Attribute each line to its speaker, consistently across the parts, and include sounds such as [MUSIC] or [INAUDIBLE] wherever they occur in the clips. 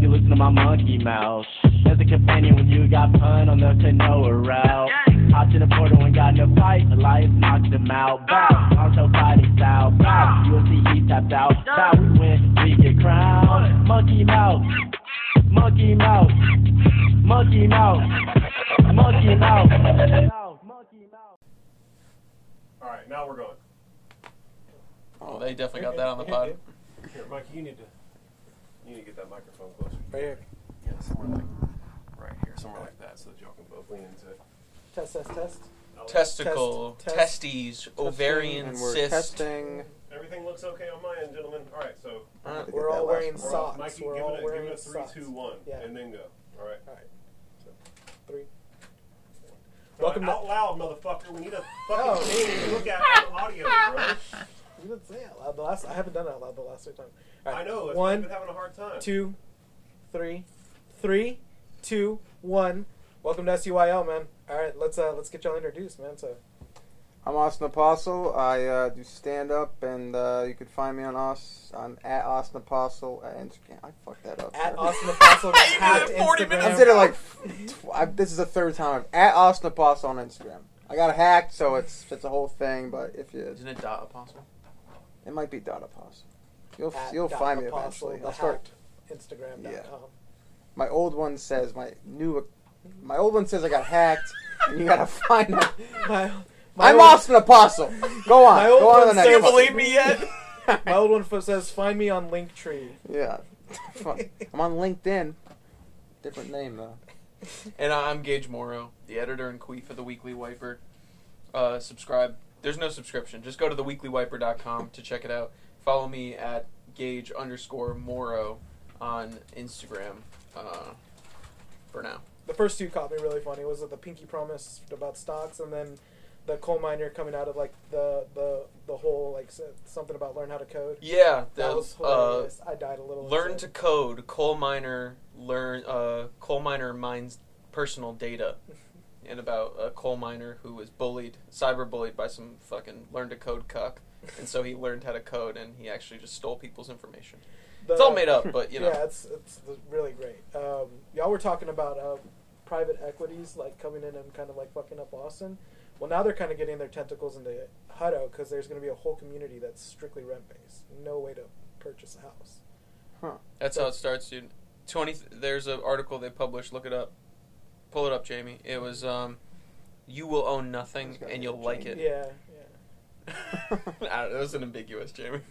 Speaker 1: you listen to my monkey mouth. As a companion, when you got pun on the canoa route. Hopped in the portal and got in a fight, Elias knocked him out. Bow, Poncho fighting style. Bow, you'll see he tapped out. Bow, we win, we get crowned. Monkey mouth, monkey mouth, monkey mouth, monkey mouth. Monkey mouth.
Speaker 2: All right, now we're going.
Speaker 3: Oh, they definitely got that
Speaker 4: [LAUGHS]
Speaker 3: on the pod.
Speaker 2: Here, Mike, you need to you need to get that microphone closer.
Speaker 4: Right here.
Speaker 2: Yeah, somewhere like right here, somewhere like that, so that y'all can both lean into it.
Speaker 4: Test, test, test.
Speaker 3: Testicle,
Speaker 4: Test- test-
Speaker 3: testes, ovarian,
Speaker 4: And we're
Speaker 3: cyst.
Speaker 4: testing.
Speaker 2: Everything looks okay on my end, gentlemen. All right, so
Speaker 3: Alright,
Speaker 4: We're all wearing
Speaker 2: we're all-
Speaker 4: socks.
Speaker 2: Mikey,
Speaker 4: we're
Speaker 2: give
Speaker 4: all
Speaker 2: it a,
Speaker 4: wearing
Speaker 2: give it a three,
Speaker 4: socks.
Speaker 2: two, one,
Speaker 4: Yeah.
Speaker 2: and then go. All right.
Speaker 4: All right. Three.
Speaker 2: All
Speaker 4: Welcome
Speaker 2: right,
Speaker 4: to-
Speaker 2: out loud, motherfucker. We need a
Speaker 4: Oh.
Speaker 2: fucking thing to look at on audio, bro.
Speaker 4: You didn't say it out loud the last. I haven't done it out loud the last three times. All
Speaker 2: I know. It's, I've
Speaker 4: One,
Speaker 2: been having a hard time.
Speaker 4: two, three, three, two, one. Welcome to SUIL, man. All right, let's uh, let's get y'all introduced, man. So
Speaker 5: I'm Austin Apostle. I uh, do stand up, and uh, you can find me on Aus on at Austin Apostle at Instagram. I fucked that up.
Speaker 4: at Austin
Speaker 5: [LAUGHS]
Speaker 4: Apostle, at
Speaker 3: that 40 minutes
Speaker 5: I
Speaker 4: Instagram.
Speaker 5: did it like [LAUGHS] tw- I, this is the third time. I've, at Austin Apostle on Instagram. I got hacked, so it's it's a whole thing. But if you,
Speaker 3: Isn't it dot apostle?
Speaker 5: it might be Dot Apostle. You'll
Speaker 4: At
Speaker 5: you'll
Speaker 4: dot
Speaker 5: find me
Speaker 4: Apostle,
Speaker 5: eventually.
Speaker 4: the
Speaker 5: I'll start.
Speaker 4: hacked Instagram. dot
Speaker 5: Yeah. [LAUGHS]
Speaker 4: com.
Speaker 5: My old one says my new my old one says I got hacked, and you gotta [LAUGHS] find me.
Speaker 4: My, my
Speaker 5: I'm
Speaker 4: old-
Speaker 5: Austin Apostle. Go on.
Speaker 4: My old
Speaker 5: Go on to the
Speaker 4: one
Speaker 5: next.
Speaker 4: says-
Speaker 5: one.
Speaker 3: Believe me
Speaker 5: [LAUGHS]
Speaker 3: yet?
Speaker 4: My old one fo- says, "Find me on Linktree."
Speaker 5: Yeah. [LAUGHS] Fuck. I'm on LinkedIn. Different name though.
Speaker 3: and I'm Gage Morrow, the editor and queef for the Weekly Wiper. Uh, subscribe. There's no subscription. Just go to theweeklywiper.com to check it out. Follow me at Gage underscore Morrow on Instagram uh, for now.
Speaker 4: The first two caught me really funny. Was it the pinky promise about stocks, and then the coal miner coming out of like the the the hole like s- something about learn how to code.
Speaker 3: Yeah, the,
Speaker 4: That was
Speaker 3: uh,
Speaker 4: hilarious. I died a little.
Speaker 3: Learn to
Speaker 4: inside.
Speaker 3: code. Coal miner learn. Uh, coal miner mines personal data, and about a coal miner who was bullied, cyberbullied by some fucking learn to code cuck, and so he learned how to code, and he actually just stole people's information.
Speaker 4: The-
Speaker 3: it's all made up, but you know.
Speaker 4: Yeah, it's it's really great. Um, y'all were talking about uh, private equities like coming in and kind of like fucking up Austin. Well, now they're kind of getting their tentacles into Hutto because there's going to be a whole community that's strictly rent based. No way to purchase a house.
Speaker 3: That's how it starts, dude. Twenty. There's an article they published. Look it up. Pull it up, Jamie. It was. um you will own nothing
Speaker 5: It's gotta
Speaker 3: and
Speaker 5: be
Speaker 3: you'll like
Speaker 5: Jamie.
Speaker 3: it.
Speaker 4: Yeah,
Speaker 3: [LAUGHS]
Speaker 4: yeah.
Speaker 3: I don't- that was an ambiguous, Jamie.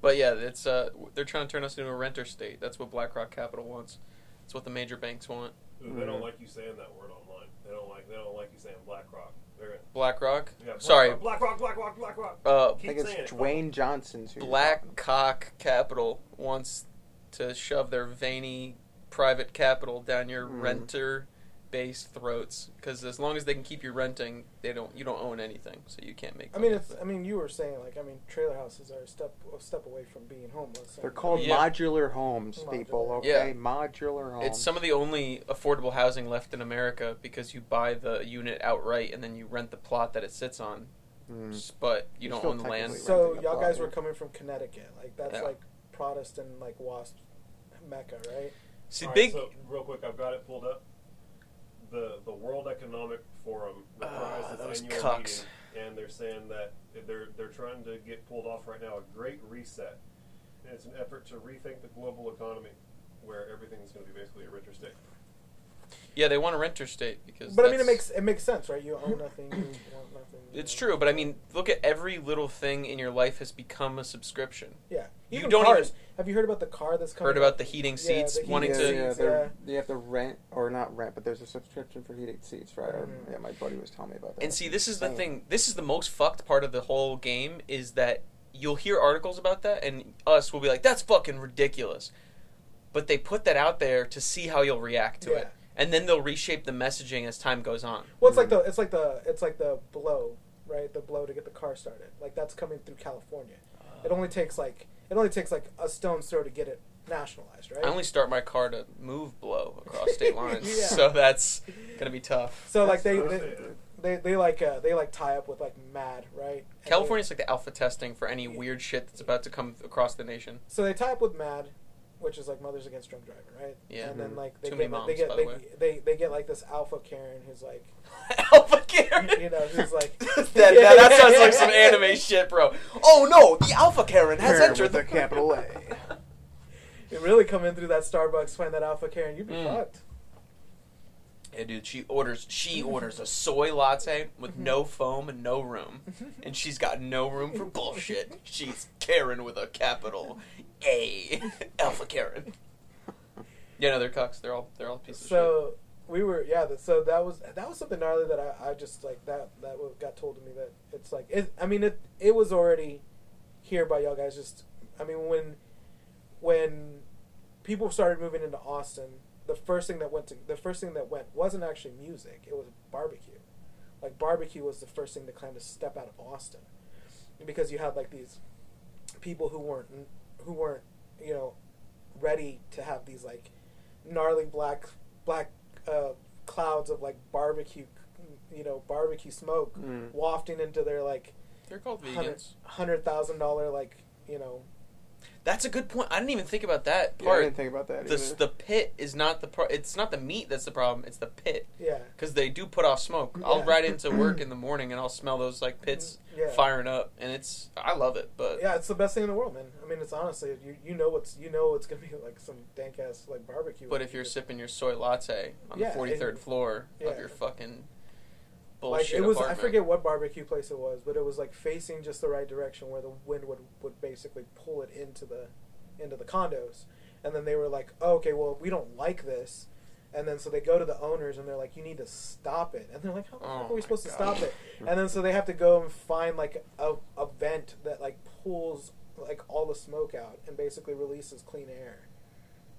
Speaker 3: but yeah, it's uh, they're trying to turn us into a renter state. That's what BlackRock Capital wants. That's what the major banks want.
Speaker 2: Ooh, They don't like you saying that word online. They don't like. They don't like you saying BlackRock. They're gonna-
Speaker 3: BlackRock.
Speaker 2: yeah, Black
Speaker 3: Sorry.
Speaker 2: Rock, Black Rock, Black Rock, Black Rock.
Speaker 3: Uh,
Speaker 5: I
Speaker 2: Keep
Speaker 5: think it's
Speaker 2: saying it.
Speaker 5: Dwayne Johnson's who you're talking
Speaker 3: Blackcock Capital wants to shove their veiny private capital down your
Speaker 4: Mm-hmm.
Speaker 5: Mm.
Speaker 3: renter-based throats because as long as they can keep you renting, they don't. You don't own anything, so you can't make.
Speaker 4: I mean,
Speaker 3: money.
Speaker 4: it's. I mean, you were saying like, I mean, trailer houses are a step a step away from being homeless.
Speaker 5: They're called
Speaker 3: Yeah.
Speaker 5: modular homes,
Speaker 4: Modular.
Speaker 5: people. Okay,
Speaker 3: Yeah.
Speaker 5: modular homes.
Speaker 3: It's some of the only affordable housing left in America because you buy the unit outright and then you rent the plot that it sits on,
Speaker 5: Mm.
Speaker 3: S- but you
Speaker 5: You're
Speaker 3: don't
Speaker 5: still
Speaker 3: own the land.
Speaker 5: technically
Speaker 4: So
Speaker 5: renting a
Speaker 4: y'all guys
Speaker 5: property.
Speaker 4: were coming from Connecticut, like that's
Speaker 3: Yeah.
Speaker 4: like Protestant, like WASP mecca, right?
Speaker 3: See,
Speaker 2: All right,
Speaker 3: big.
Speaker 2: So, real quick, I've got it pulled up. The the World Economic Forum
Speaker 3: Ah,
Speaker 2: reprised
Speaker 3: those
Speaker 2: its annual
Speaker 3: cucks.
Speaker 2: meeting, and they're saying that they're they're trying to get pulled off right now a great reset, and it's an effort to rethink the global economy, where everything's going to be basically a renter state.
Speaker 3: yeah, they want a renter state because.
Speaker 4: But I mean, it
Speaker 3: that's-
Speaker 4: makes it makes sense, right? You own nothing, you want nothing. you
Speaker 3: It's
Speaker 4: know.
Speaker 3: true, but I mean, look at every little thing in your life has become a subscription.
Speaker 4: Yeah,
Speaker 3: You
Speaker 4: even
Speaker 3: don't
Speaker 4: cars. Have you heard about the car that's coming?
Speaker 3: Heard about the heating
Speaker 4: Yeah,
Speaker 3: seats,
Speaker 4: the heating
Speaker 3: wanting
Speaker 5: yeah,
Speaker 3: to-
Speaker 5: yeah,
Speaker 4: seats,
Speaker 5: they're- you have to rent or not rent, but there's a subscription for heated seats, right? Or-
Speaker 4: Mhm.
Speaker 5: yeah, my buddy was telling me about that.
Speaker 3: And see, this is the
Speaker 5: Insane.
Speaker 3: thing. This is the most fucked part of the whole game is that you'll hear articles about that, and us will be like, "That's fucking ridiculous," but they put that out there to see how you'll react to
Speaker 4: Yeah.
Speaker 3: it, and then they'll reshape the messaging as time goes on.
Speaker 4: Well, it's like the it's like the it's like the blow, right? The blow to get the car started. Like that's coming through California.
Speaker 3: Ah.
Speaker 4: It only takes like it only takes like a stone's throw to get it nationalized, right?
Speaker 3: I only start my car to move blow across
Speaker 4: [LAUGHS]
Speaker 3: state lines,
Speaker 4: Yeah.
Speaker 3: so that's gonna be tough.
Speaker 4: so like they,
Speaker 2: That's
Speaker 4: they
Speaker 2: Thursday.
Speaker 4: they they like uh, they like tie up with like mad, right? And they-
Speaker 3: California's like the alpha testing for any weird shit that's about to come across the nation.
Speaker 4: So they tie up with Mad, which is like Mothers Against Drunk Driving, right?
Speaker 3: Yeah.
Speaker 4: And then
Speaker 5: Mhm.
Speaker 4: like they
Speaker 3: Too
Speaker 4: get
Speaker 3: many
Speaker 4: they
Speaker 3: moms,
Speaker 4: get
Speaker 3: by
Speaker 4: they,
Speaker 3: the way.
Speaker 4: they they get like this alpha Karen who's like
Speaker 3: [LAUGHS] Alpha Karen.
Speaker 4: You know, he's
Speaker 3: [LAUGHS]
Speaker 4: like-
Speaker 3: that, that, that sounds like
Speaker 4: [LAUGHS]
Speaker 3: some
Speaker 5: [LAUGHS]
Speaker 3: anime shit, bro. Oh no, the Alpha Karen has
Speaker 5: Karen
Speaker 3: entered
Speaker 5: with a capital
Speaker 3: [LAUGHS]
Speaker 5: A.
Speaker 4: you really come in through that Starbucks, find that alpha Karen, you'd be
Speaker 3: Mm.
Speaker 4: fucked.
Speaker 3: Yeah, dude, she orders she orders a soy latte with
Speaker 5: Mm-hmm.
Speaker 3: no foam and no
Speaker 5: [LAUGHS]
Speaker 3: room, and she's got no room for bullshit. She's Karen with a capital A, [LAUGHS] Alpha Karen. Yeah, no, they're cucks. They're all they're all pieces of
Speaker 4: So we were yeah. That, so that was that was something gnarly that I, I just like that that wa- got told to me that it's like it, I mean it it was already here by y'all guys. Just I mean when when people started moving into Austin, the first thing that went to the first thing that went wasn't actually music. It was barbecue. Like barbecue was the first thing to kind of step out of Austin because you had like these people who weren't who weren't you know ready to have these like gnarly black black uh, clouds of like barbecue you know barbecue smoke
Speaker 5: Mm.
Speaker 4: wafting into their like
Speaker 3: shit. They're called
Speaker 4: hundred
Speaker 3: vegans.
Speaker 4: hundred thousand dollar like you know
Speaker 3: That's a good point. I didn't even think about that
Speaker 5: Yeah, I
Speaker 3: part.
Speaker 5: didn't think about that.
Speaker 3: the
Speaker 5: either.
Speaker 3: the pit is not the pro- it's not the meat that's the problem. It's the pit
Speaker 4: yeah
Speaker 3: because they do put off smoke. I'll
Speaker 4: Yeah. Mm-hmm.
Speaker 3: ride into
Speaker 4: [CLEARS THROAT]
Speaker 3: work in the morning and I'll smell those like pits
Speaker 4: yeah
Speaker 3: firing up, and it's I love it. But
Speaker 4: yeah it's the best thing in the world man i mean it's honestly you you know what's you know it's gonna be like some dank ass like barbecue
Speaker 3: but if you're sipping your soy latte on
Speaker 4: Yeah,
Speaker 3: the 43rd
Speaker 4: and-
Speaker 3: floor
Speaker 4: yeah.
Speaker 3: of your fucking
Speaker 4: like
Speaker 3: bullshit
Speaker 4: it was
Speaker 3: apartment,
Speaker 4: i forget what barbecue place it was but it was like facing just the right direction where the wind would would basically pull it into the into the condos and then they were like oh, okay well we don't like this and then so they go to the owners and they're like you need to stop it and they're like how the
Speaker 3: Oh
Speaker 4: fuck are we
Speaker 3: my
Speaker 4: supposed to
Speaker 3: God.
Speaker 4: stop it and then so they have to go and find like a, a vent that like pulls like all the smoke out and basically releases clean air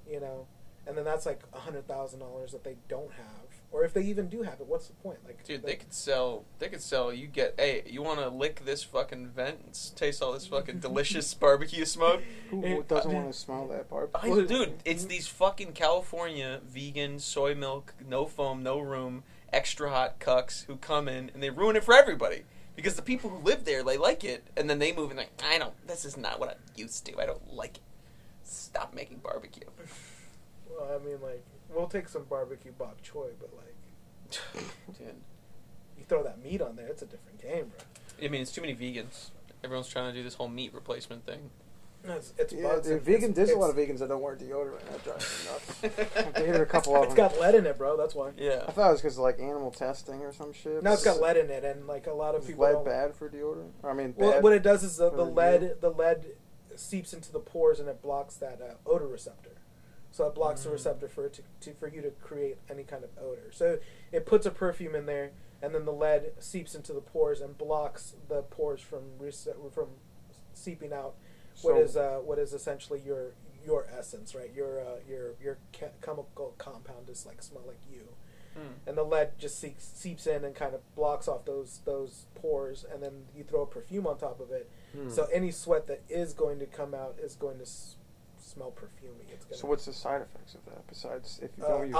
Speaker 4: you know and then that's like a hundred thousand dollars that they don't have or if they even do have it what's the point like
Speaker 3: Dude,
Speaker 4: the-
Speaker 3: they could sell. They could sell. You get. Hey, you want to lick this fucking vent and s- taste all this
Speaker 4: [LAUGHS]
Speaker 3: fucking delicious barbecue smoke?
Speaker 5: Who doesn't want to smell that barbecue?
Speaker 3: I, dude, it's these fucking California vegan soy milk, no foam, no room, extra hot cucks who come in and they ruin it for everybody. Because the people who live there, they like it, and then they move and like, I don't. This is not what I'm used to. I don't like it. Stop making barbecue.
Speaker 4: [SIGHS] Well, I mean, like, we'll take some barbecue bok choy, but like,
Speaker 3: Dude,
Speaker 4: you throw that meat on there, it's a different game, bro.
Speaker 3: I mean, it's too many vegans. Everyone's trying to do this whole meat replacement thing.
Speaker 4: No, It's, it's
Speaker 5: Yeah,
Speaker 4: bugs.
Speaker 5: dude,
Speaker 4: It's-
Speaker 5: vegan. There's a
Speaker 4: it's-
Speaker 5: lot of vegans that don't wear deodorant. That drives me nuts. I hear a couple of
Speaker 4: It's
Speaker 5: them.
Speaker 4: got lead in it, bro. That's why.
Speaker 5: I
Speaker 3: Yeah.
Speaker 5: thought it was because like animal testing or some shit.
Speaker 4: No, it's got lead in it, and like a lot of
Speaker 5: Is
Speaker 4: people.
Speaker 5: lead
Speaker 4: don't-
Speaker 5: bad for deodorant? Or, I mean,
Speaker 4: Well,
Speaker 5: bad.
Speaker 4: what it does is the, the
Speaker 5: for you?
Speaker 4: lead the lead seeps into the pores and it blocks that uh, odor receptor. So it blocks the
Speaker 3: Mm.
Speaker 4: receptor for it to, to for you to create any kind of odor. So it puts a perfume in there, and then the lead seeps into the pores and blocks the pores from rece- from seeping out what
Speaker 5: So-
Speaker 4: is uh, what is essentially your your essence, right? Your uh, your your che- chemical compound is like smell like you
Speaker 3: Hmm.
Speaker 4: Mm. and the lead just seeps, seeps in and kind of blocks off those those pores and then you throw a perfume on top of it
Speaker 5: Hmm.
Speaker 4: so any sweat that is going to come out is going to s- smell perfumey it's going
Speaker 5: So what's the side effects of that besides if you
Speaker 4: uh,
Speaker 5: don't use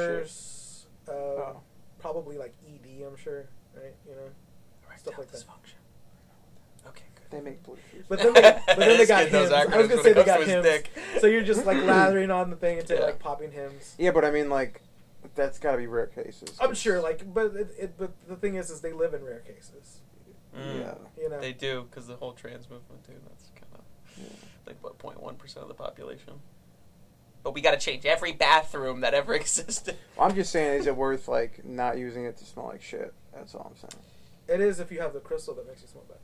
Speaker 4: alzheimer's uh,
Speaker 5: Oh.
Speaker 4: probably like ed i'm sure right
Speaker 3: [LAUGHS]
Speaker 4: you know Stuff like that.
Speaker 3: dysfunction. Okay, good.
Speaker 5: They make Bluetooth.
Speaker 4: but then they, but then they
Speaker 3: This
Speaker 4: got
Speaker 3: kid knows
Speaker 4: hymns. i
Speaker 3: acronyms
Speaker 4: was going
Speaker 3: when
Speaker 4: to say
Speaker 3: it
Speaker 4: they
Speaker 3: comes
Speaker 4: got
Speaker 3: to his
Speaker 4: hymns
Speaker 3: dick.
Speaker 4: so you're just
Speaker 3: [LAUGHS]
Speaker 4: like lathering on the thing until
Speaker 3: Yeah.
Speaker 4: like popping hymns
Speaker 5: [LAUGHS] yeah, but I mean, like, that's got to be rare cases.
Speaker 4: i'm
Speaker 5: 'cause-
Speaker 4: sure like but it, it, but the thing is is they live in rare cases
Speaker 3: Mm.
Speaker 5: Yeah.
Speaker 4: you know
Speaker 3: They do because the whole trans movement, dude. That's kind of
Speaker 5: Yeah.
Speaker 3: like what 0.1 percent of the population. But we got to change every bathroom that ever [LAUGHS] existed.
Speaker 5: I'm just saying, is it worth like not using it to smell like shit? That's all I'm saying. [LAUGHS]
Speaker 4: it is if you have the crystal that makes you smell better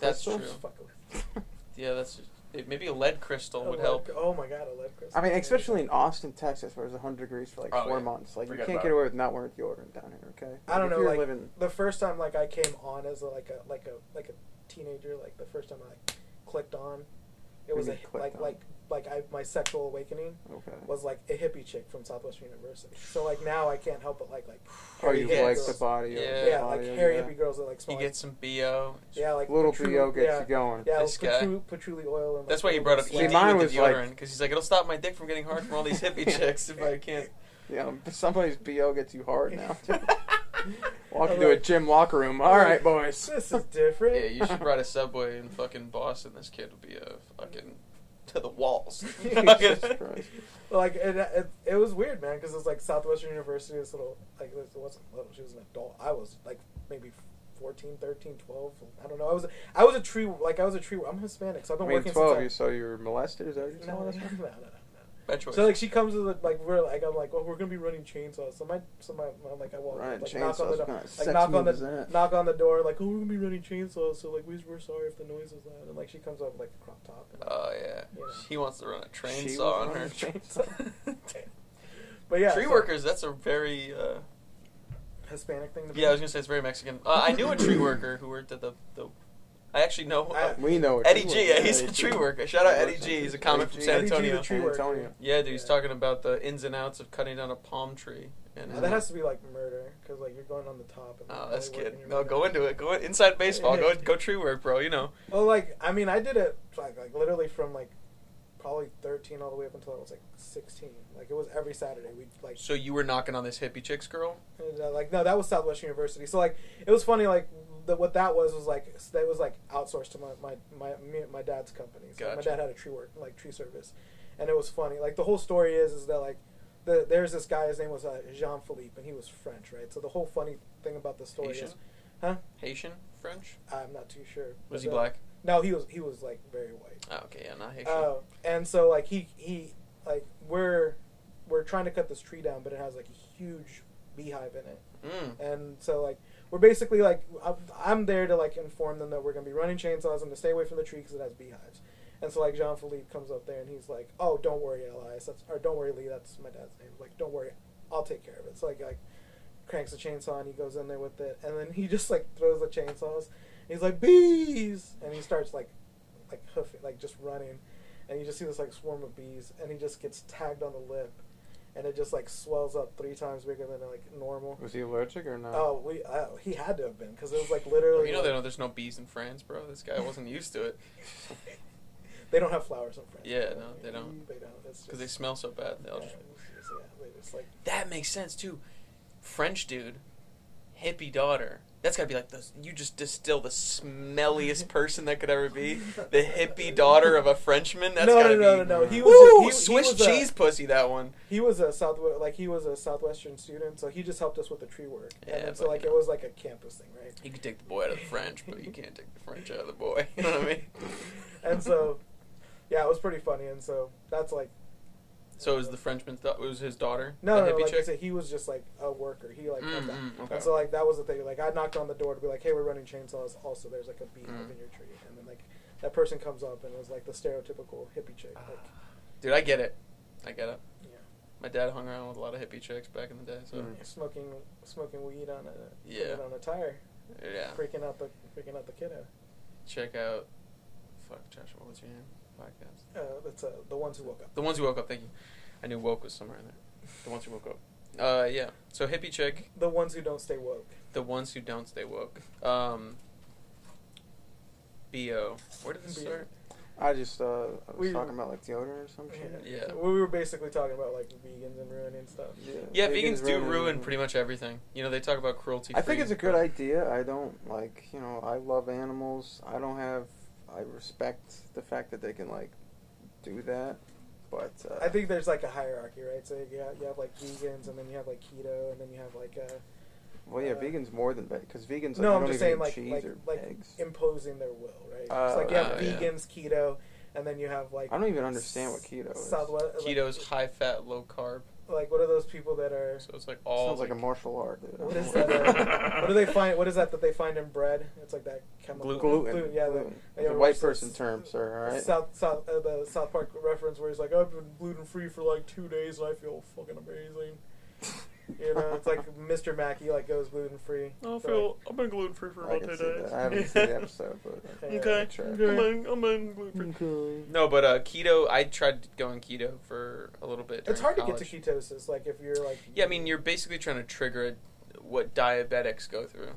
Speaker 3: That's
Speaker 5: Crystals?
Speaker 3: true.
Speaker 4: Fuck with
Speaker 3: Yeah, that's just, it, maybe a lead crystal
Speaker 4: A
Speaker 3: would
Speaker 4: lead-
Speaker 3: help.
Speaker 4: Oh my god, I love Christmas.
Speaker 5: I mean, especially in Austin, Texas, where it's 100 degrees for like
Speaker 3: Oh,
Speaker 5: four
Speaker 3: yeah.
Speaker 5: months. Like,
Speaker 3: Forget
Speaker 5: you can't
Speaker 3: about
Speaker 5: get
Speaker 3: it.
Speaker 5: away with not wearing deodorant down here. Okay.
Speaker 4: I don't
Speaker 5: if
Speaker 4: know,
Speaker 5: You're
Speaker 4: like
Speaker 5: living.
Speaker 4: the first time like I came on as a, like a like a like a teenager, like the first time I like clicked on, it
Speaker 5: What
Speaker 4: was
Speaker 5: do
Speaker 4: a
Speaker 5: you mean clicked
Speaker 4: like
Speaker 5: on?
Speaker 4: like like I my sexual awakening
Speaker 5: Okay.
Speaker 4: was like a hippie chick from Southwestern University. So like now I can't help but like like
Speaker 5: Oh,
Speaker 4: hairy
Speaker 5: you
Speaker 4: hippie
Speaker 5: like
Speaker 4: girls.
Speaker 5: the body? of-
Speaker 3: Yeah.
Speaker 4: yeah,
Speaker 5: the
Speaker 4: like
Speaker 5: body of
Speaker 4: hairy
Speaker 5: that.
Speaker 4: hippie girls that like
Speaker 3: You
Speaker 4: smell
Speaker 3: get some bo.
Speaker 4: like, yeah like
Speaker 5: Little
Speaker 4: patchouli-
Speaker 5: P.O. gets
Speaker 4: yeah,
Speaker 5: you going.
Speaker 4: yeah
Speaker 3: This guy.
Speaker 4: patchouli, patchouli oil and like,
Speaker 3: That's why you
Speaker 4: little
Speaker 3: brought up E
Speaker 4: bit
Speaker 5: See,
Speaker 4: of
Speaker 3: ED
Speaker 4: slime.
Speaker 5: mine
Speaker 3: with
Speaker 5: was
Speaker 3: the
Speaker 5: like-
Speaker 3: deodorant because he's like, it'll stop my dick from getting hard from all these
Speaker 4: [LAUGHS]
Speaker 3: hippie chicks if I can't.
Speaker 5: Yeah, but somebody's BO gets you hard
Speaker 4: [LAUGHS]
Speaker 5: now. too. Walk
Speaker 4: I'm
Speaker 5: into a
Speaker 4: like-
Speaker 5: gym locker room. All right, boys.
Speaker 4: This is different.
Speaker 3: Yeah, you should ride a subway in fucking Boston. This kid would be a fucking to the walls.
Speaker 5: [LAUGHS] Jesus Christ.
Speaker 4: like and uh, it, it was weird, man, because it was like Southwestern University. This little like it wasn't little; she was an adult. I was like maybe 14, 13, 12. I don't know. I was I was a tree like I was a tree. I'm Hispanic, [LAUGHS] so I've
Speaker 5: I
Speaker 4: been
Speaker 5: mean,
Speaker 4: working
Speaker 5: twelve. You
Speaker 4: since
Speaker 5: so you were molested? Is that what you're
Speaker 4: I, no, no,
Speaker 5: telling us?
Speaker 4: no, no,
Speaker 3: By
Speaker 4: no.
Speaker 3: choice.
Speaker 4: So like she comes to the like we're like I'm like well we're gonna be running chainsaws. So my so my I'm like I walk
Speaker 5: Right,
Speaker 4: like knock on
Speaker 5: chainsaws,
Speaker 4: the
Speaker 5: what kind
Speaker 4: door,
Speaker 5: of
Speaker 4: like
Speaker 5: sex
Speaker 4: knock
Speaker 5: move
Speaker 4: on the
Speaker 5: is that?
Speaker 4: knock on the door like oh we're gonna be running chainsaws. So like we we're sorry if the noise is loud. And like she comes up with, like a crop top. And, [LAUGHS]
Speaker 3: oh yeah.
Speaker 4: Yeah.
Speaker 3: He wants to run a train
Speaker 5: She
Speaker 3: saw
Speaker 5: was
Speaker 3: on her.
Speaker 5: running a
Speaker 3: [LAUGHS]
Speaker 5: chainsaw.
Speaker 4: but yeah,
Speaker 3: Tree
Speaker 4: so-
Speaker 3: workers. That's a very. Uh,
Speaker 4: Hispanic thing. To
Speaker 3: yeah, I was gonna say it's very Mexican. Uh, I knew a tree worker who worked at the the. I actually know. uh,
Speaker 5: We know it.
Speaker 3: Eddie
Speaker 5: He
Speaker 3: G,
Speaker 5: worked.
Speaker 3: yeah, he's a tree worker. Shout out Eddie G, he's a comic from
Speaker 5: Eddie
Speaker 3: San
Speaker 5: G.
Speaker 3: Antonio.
Speaker 4: Eddie G, the tree
Speaker 5: San
Speaker 4: worker.
Speaker 5: Antonio.
Speaker 3: yeah, dude, he's
Speaker 4: Yeah.
Speaker 3: talking about the ins and outs of cutting down a palm tree. And
Speaker 4: Now, Oh, that has to be like murder, because like you're going on the top. And, like,
Speaker 3: Oh, that's
Speaker 4: really
Speaker 3: good.
Speaker 4: working your
Speaker 3: No,
Speaker 4: way
Speaker 3: go
Speaker 4: down.
Speaker 3: into it. Go in- inside baseball. Go go tree work, bro. You know.
Speaker 4: Well, like I mean, I did it like like literally from like probably 13 all the way up until I was like 16. Like it was every Saturday. We would like
Speaker 3: So you were knocking on this hippie chicks girl.
Speaker 4: And, uh, like no, that was Southwestern University. So like it was funny like that what that was was like s- that was like outsourced to my my my, me, my dad's company. So my
Speaker 3: Gotcha.
Speaker 4: dad had a tree work like tree service, and it was funny. Like the whole story is is that like the, there's this guy. His name was uh, Jean Philippe, and he was French, right? So the whole funny thing about the story
Speaker 3: Haitian?
Speaker 4: is, huh?
Speaker 3: Haitian, French.
Speaker 4: I'm not too sure.
Speaker 3: Was
Speaker 4: But,
Speaker 3: he
Speaker 4: uh,
Speaker 3: black?
Speaker 4: No, he was he was like very white.
Speaker 3: Oh, okay, yeah, not Haitian.
Speaker 4: Uh, and so like he he like we're we're trying to cut this tree down, but it has like a huge beehive in it
Speaker 3: mm.
Speaker 4: and so like we're basically like I'm- I'm there to like inform them that we're gonna be running chainsaws and to stay away from the tree because it has beehives. And so like Jean Philippe comes up there and he's like, "Oh, don't worry, Elias. That's or don't worry, Lee. That's my dad's name. Like, don't worry, I'll take care of it." So like like cranks the chainsaw and he goes in there with it, and then he [LAUGHS] just like throws the chainsaws. He's like bees, and he starts like like hoofing, like just running, and you just see this like swarm of bees, and he just gets tagged on the lip, and it just like swells up three times bigger than like normal.
Speaker 5: Was he allergic or not?
Speaker 4: Oh, we uh, he had to have been because it was like
Speaker 3: Well,
Speaker 4: literally.
Speaker 3: you know they
Speaker 4: like-
Speaker 3: don't, there's no bees in France, bro. This guy wasn't used to it
Speaker 4: [LAUGHS] They don't have flowers in France.
Speaker 3: Yeah, no, they don't.
Speaker 4: They don't. It's
Speaker 3: because they
Speaker 4: just-
Speaker 3: smell so bad.
Speaker 4: yeah,
Speaker 3: They'll just-
Speaker 4: it's just- yeah, they just like
Speaker 3: That makes sense too. French dude, hippie daughter. That's gotta be like the you just distill the smelliest
Speaker 4: [LAUGHS]
Speaker 3: person that could ever be. The hippie daughter of a Frenchman. That's
Speaker 4: No,
Speaker 3: gotta
Speaker 4: no,
Speaker 3: be
Speaker 4: no, no, no. He was
Speaker 3: Woo,
Speaker 4: a- he- he
Speaker 3: Swiss
Speaker 4: was a-
Speaker 3: cheese pussy. That one.
Speaker 4: he was a south like he was a southwestern student, so he just helped us with the tree work.
Speaker 3: Yeah,
Speaker 4: and then, so
Speaker 3: but,
Speaker 4: like
Speaker 3: you
Speaker 4: it
Speaker 3: know.
Speaker 4: was like a campus thing, right?
Speaker 3: You can take the boy out of the French, but
Speaker 4: [LAUGHS]
Speaker 3: you can't take the French out of the boy. [LAUGHS] You know what I mean?
Speaker 4: And so, yeah, it was pretty funny. And so that's like
Speaker 3: So it was the Frenchman's. Da- it was his daughter.
Speaker 4: no,
Speaker 3: the
Speaker 4: no,
Speaker 3: hippie
Speaker 4: like I
Speaker 3: chick?
Speaker 4: said, he was just like a worker. He like
Speaker 3: Mm,
Speaker 4: helped out.
Speaker 3: mm, okay.
Speaker 4: And so like that was the thing. Like I knocked on the door to be like, hey, we're running chainsaws. Also, there's like a beehive
Speaker 3: Mm.
Speaker 4: in your tree, and then like that person comes up and it was like the stereotypical hippie chick.
Speaker 3: Ah.
Speaker 4: Like,
Speaker 3: Dude, I get it. I get it.
Speaker 4: yeah.
Speaker 3: My dad hung around with a lot of hippie chicks back in the day, so
Speaker 5: Mm.
Speaker 4: smoking smoking weed on a
Speaker 3: Yeah.
Speaker 4: on a tire,
Speaker 3: yeah.
Speaker 4: freaking out the freaking out the kiddo.
Speaker 3: Check out. Fuck, Joshua, what's your name? Podcast.
Speaker 4: Uh, that's uh, the ones who woke up.
Speaker 3: The ones who woke up. Thank you. I knew woke was somewhere in there. The ones who woke up. Uh, yeah. So hippie chick,
Speaker 4: The ones who don't stay woke.
Speaker 3: the ones who don't stay woke. Um. Bo, where did this
Speaker 4: B.O.
Speaker 3: start?
Speaker 5: I just uh, I was
Speaker 4: We-
Speaker 5: talking about like deodorant or some shit.
Speaker 3: Yeah.
Speaker 4: So we were basically talking about like vegans and ruining stuff.
Speaker 3: Yeah, vegans do
Speaker 5: ruin-
Speaker 3: ruin pretty much everything. You know, they talk about cruelty.
Speaker 5: I think it's a good idea. I don't like, you know, I love animals. I don't have. I respect the fact that they can like do that, but uh,
Speaker 4: I think there's like a hierarchy, right? So you have, you have like vegans, and then you have like keto, and then you have like uh,
Speaker 5: Well, yeah,
Speaker 4: uh,
Speaker 5: vegans more than because vegans. Like,
Speaker 4: no,
Speaker 5: they
Speaker 4: I'm
Speaker 5: don't
Speaker 4: just
Speaker 5: even
Speaker 4: saying
Speaker 5: eat
Speaker 4: like
Speaker 5: cheese
Speaker 4: like
Speaker 5: or
Speaker 4: like
Speaker 5: eggs.
Speaker 4: imposing their will, right? It's
Speaker 5: Oh,
Speaker 4: like you have
Speaker 3: oh, yeah.
Speaker 4: vegans, keto, and then you have like
Speaker 5: I don't even understand what keto is.
Speaker 4: Southwest
Speaker 3: Keto's high fat, low carb.
Speaker 4: Like, like what are those people that are
Speaker 3: So it's like all
Speaker 5: Sounds like a martial art. Dude.
Speaker 4: What
Speaker 5: [LAUGHS]
Speaker 4: is
Speaker 3: [LAUGHS]
Speaker 4: that? uh, what do they find? What is that that they find in bread? It's like that chemical
Speaker 5: gluten.
Speaker 4: yeah, the-
Speaker 5: gluten.
Speaker 4: yeah,
Speaker 5: It's a
Speaker 4: right,
Speaker 5: white
Speaker 4: so
Speaker 5: person
Speaker 4: it's-
Speaker 5: term, sir. All right.
Speaker 4: South South uh, the South Park reference where he's like, I've been gluten free for like two days and I feel fucking amazing. You know, it's
Speaker 5: [LAUGHS]
Speaker 4: like [LAUGHS] Mr. Mackey like goes gluten free.
Speaker 3: I've been gluten free for
Speaker 5: I can see that. I
Speaker 3: [LAUGHS]
Speaker 5: haven't seen the episode,
Speaker 4: [LAUGHS]
Speaker 5: but
Speaker 4: Okay. Okay.
Speaker 3: in, I'm in gluten [LAUGHS] No, but uh, keto. I tried going keto for a little bit.
Speaker 4: it's
Speaker 3: during
Speaker 4: hard to
Speaker 3: college.
Speaker 4: get to ketosis. Like if you're like
Speaker 3: Yeah, I mean, you're basically trying to trigger what diabetics go through,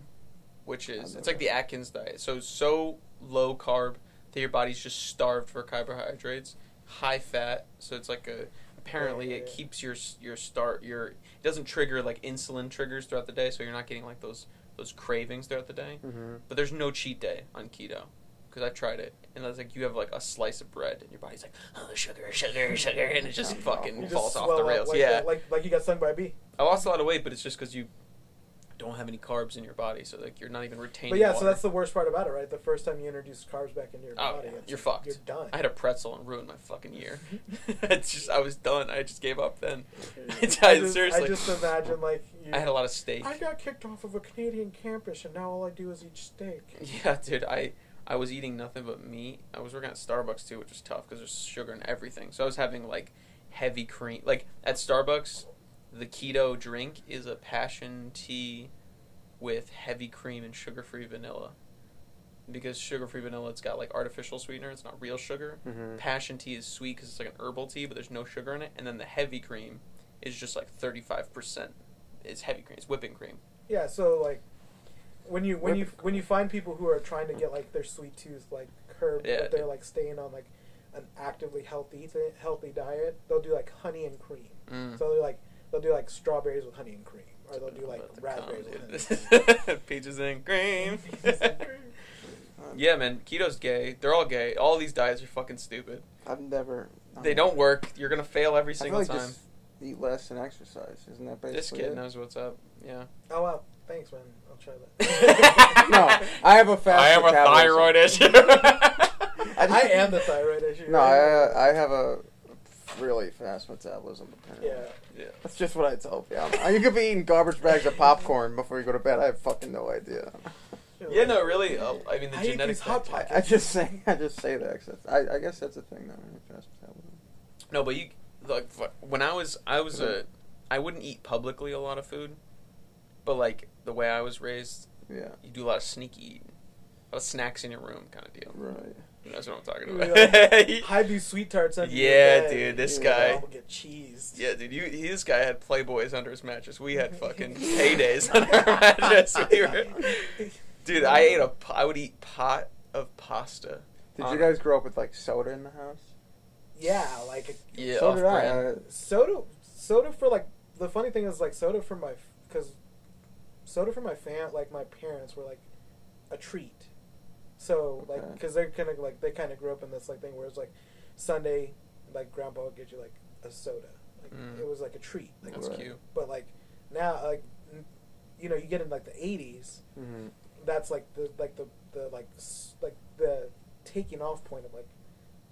Speaker 3: which is
Speaker 5: know
Speaker 3: it's like the Atkins diet. So so low carb that your body's just starved for carbohydrates. High fat, so it's like a apparently
Speaker 4: Yeah, yeah,
Speaker 3: it
Speaker 4: yeah.
Speaker 3: keeps your s- your start your it doesn't trigger like insulin triggers throughout the day, so you're not getting like those those cravings throughout the day.
Speaker 5: Mm-hmm.
Speaker 3: But there's no cheat day on keto. because I tried it, and I was like, you have like a slice of bread, and your body's like, oh, sugar, sugar, sugar, and it just
Speaker 4: [LAUGHS]
Speaker 5: Oh,
Speaker 3: fucking
Speaker 5: no.
Speaker 4: You
Speaker 3: falls
Speaker 4: just
Speaker 3: off
Speaker 4: swell
Speaker 3: the
Speaker 4: up
Speaker 3: rails.
Speaker 4: like
Speaker 3: yeah,
Speaker 4: that, like like you got stung by a bee.
Speaker 3: I lost a lot of weight, but it's just because you don't have any carbs in your body, so like you're not even retaining.
Speaker 4: But yeah,
Speaker 3: water.
Speaker 4: so that's the worst part about it, right? The first time you introduce carbs back into your
Speaker 3: Oh,
Speaker 4: body,
Speaker 3: yeah.
Speaker 4: it's
Speaker 3: You're
Speaker 4: like,
Speaker 3: fucked.
Speaker 4: You're done.
Speaker 3: I had a pretzel and ruined my
Speaker 4: [LAUGHS]
Speaker 3: fucking year. [LAUGHS] it's just I was done. I just gave up then. [LAUGHS] I-
Speaker 4: just,
Speaker 3: seriously.
Speaker 4: I just imagine like you,
Speaker 3: I had a lot of steak.
Speaker 4: I got kicked off of a Canadian campus, and now all I do is eat steak.
Speaker 3: [LAUGHS] Yeah, dude, I I was eating nothing but meat. I was working at Starbucks too, which was tough because there's sugar in everything. So I was having like heavy cream. Like at Starbucks, the keto drink is a passion tea with heavy cream and sugar-free vanilla. Because sugar-free vanilla, it's got like artificial sweetener. It's not real sugar.
Speaker 5: Mm-hmm.
Speaker 3: Passion tea is sweet because it's like an herbal tea, but there's no sugar in it. And then the heavy cream is just like 35%. It's heavy cream. It's whipping cream.
Speaker 4: Yeah, so like when you when
Speaker 5: Whip
Speaker 4: you when you find people who are trying to get like their sweet tooth like curbed,
Speaker 3: Yeah.
Speaker 4: but they're like staying on like an actively healthy th- healthy diet, they'll do like honey and cream.
Speaker 3: Mm.
Speaker 4: So they're like they'll do like strawberries with honey and cream, or they'll do like
Speaker 3: About the
Speaker 4: raspberries
Speaker 3: cum,
Speaker 4: with honey. [LAUGHS]
Speaker 3: dude. [LAUGHS] Peaches and cream. yeah, man. Keto's gay. They're all gay. All these diets are fucking stupid.
Speaker 5: I've never. I
Speaker 3: They don't work. You're gonna fail every
Speaker 5: I feel
Speaker 3: single
Speaker 5: like
Speaker 3: time.
Speaker 5: just eat less and exercise. Isn't that basically
Speaker 3: This kid
Speaker 5: it?
Speaker 3: knows what's up. Yeah.
Speaker 4: oh wow, thanks man. I'll try that.
Speaker 5: no, I have a
Speaker 3: [LAUGHS]
Speaker 5: fast.
Speaker 3: I am a
Speaker 5: metabolism.
Speaker 3: thyroid issue.
Speaker 5: [LAUGHS] [LAUGHS] I just-
Speaker 4: I am the thyroid issue.
Speaker 5: No,
Speaker 4: right?
Speaker 5: I, I have a really fast metabolism. Apparently.
Speaker 4: yeah.
Speaker 5: That's just what I tell people. You could be eating garbage bags of popcorn before you go to bed. I have fucking no idea.
Speaker 3: yeah, no, really. Uh, I mean, the
Speaker 4: I eat
Speaker 3: genetics.
Speaker 4: these hot
Speaker 3: factor.
Speaker 5: I, I just say I just say that. 'cause that's- I, I guess that's a thing though. really fast metabolism.
Speaker 3: No, but you like fu- when I was I was a I wouldn't eat publicly a lot of food, but like the way I was raised,
Speaker 5: Yeah.
Speaker 3: you do a lot of sneaky eating, a lot of snacks in your room kind of deal.
Speaker 5: Right.
Speaker 3: That's what I'm [LAUGHS] talking
Speaker 4: You're [LAUGHS]
Speaker 3: about.
Speaker 4: like, hide these sweet tarts under your
Speaker 3: Yeah,
Speaker 4: bed.
Speaker 3: dude, this
Speaker 4: You're
Speaker 5: guy-
Speaker 4: like, "I'll get cheesed.
Speaker 3: yeah, dude, you he- this guy had Playboys under his mattress. We had fucking paydays [LAUGHS] under our mattress. We [LAUGHS] were, dude, I ate a p- I would eat pot of pasta.
Speaker 5: Did
Speaker 3: Um,
Speaker 5: you guys grow up with like soda in the house?
Speaker 4: [LAUGHS] Yeah, like
Speaker 3: Yeah,
Speaker 5: so did I.
Speaker 3: off-brand.
Speaker 5: I-
Speaker 4: soda. Soda for like the funny thing is like soda for my because soda for my fan like my parents were like a treat. So like
Speaker 5: Okay.
Speaker 4: because they're kind of like they kind of grew up in this like thing where it's like Sunday like grandpa would get you like a soda. Like
Speaker 3: Mm.
Speaker 4: it was like a treat. Like,
Speaker 3: That's
Speaker 5: Right.
Speaker 3: cute.
Speaker 4: but like now like n- you know you get in like the 80s
Speaker 5: Mhm.
Speaker 4: Mm-hmm. that's like the like the the like s- like the taking off point of like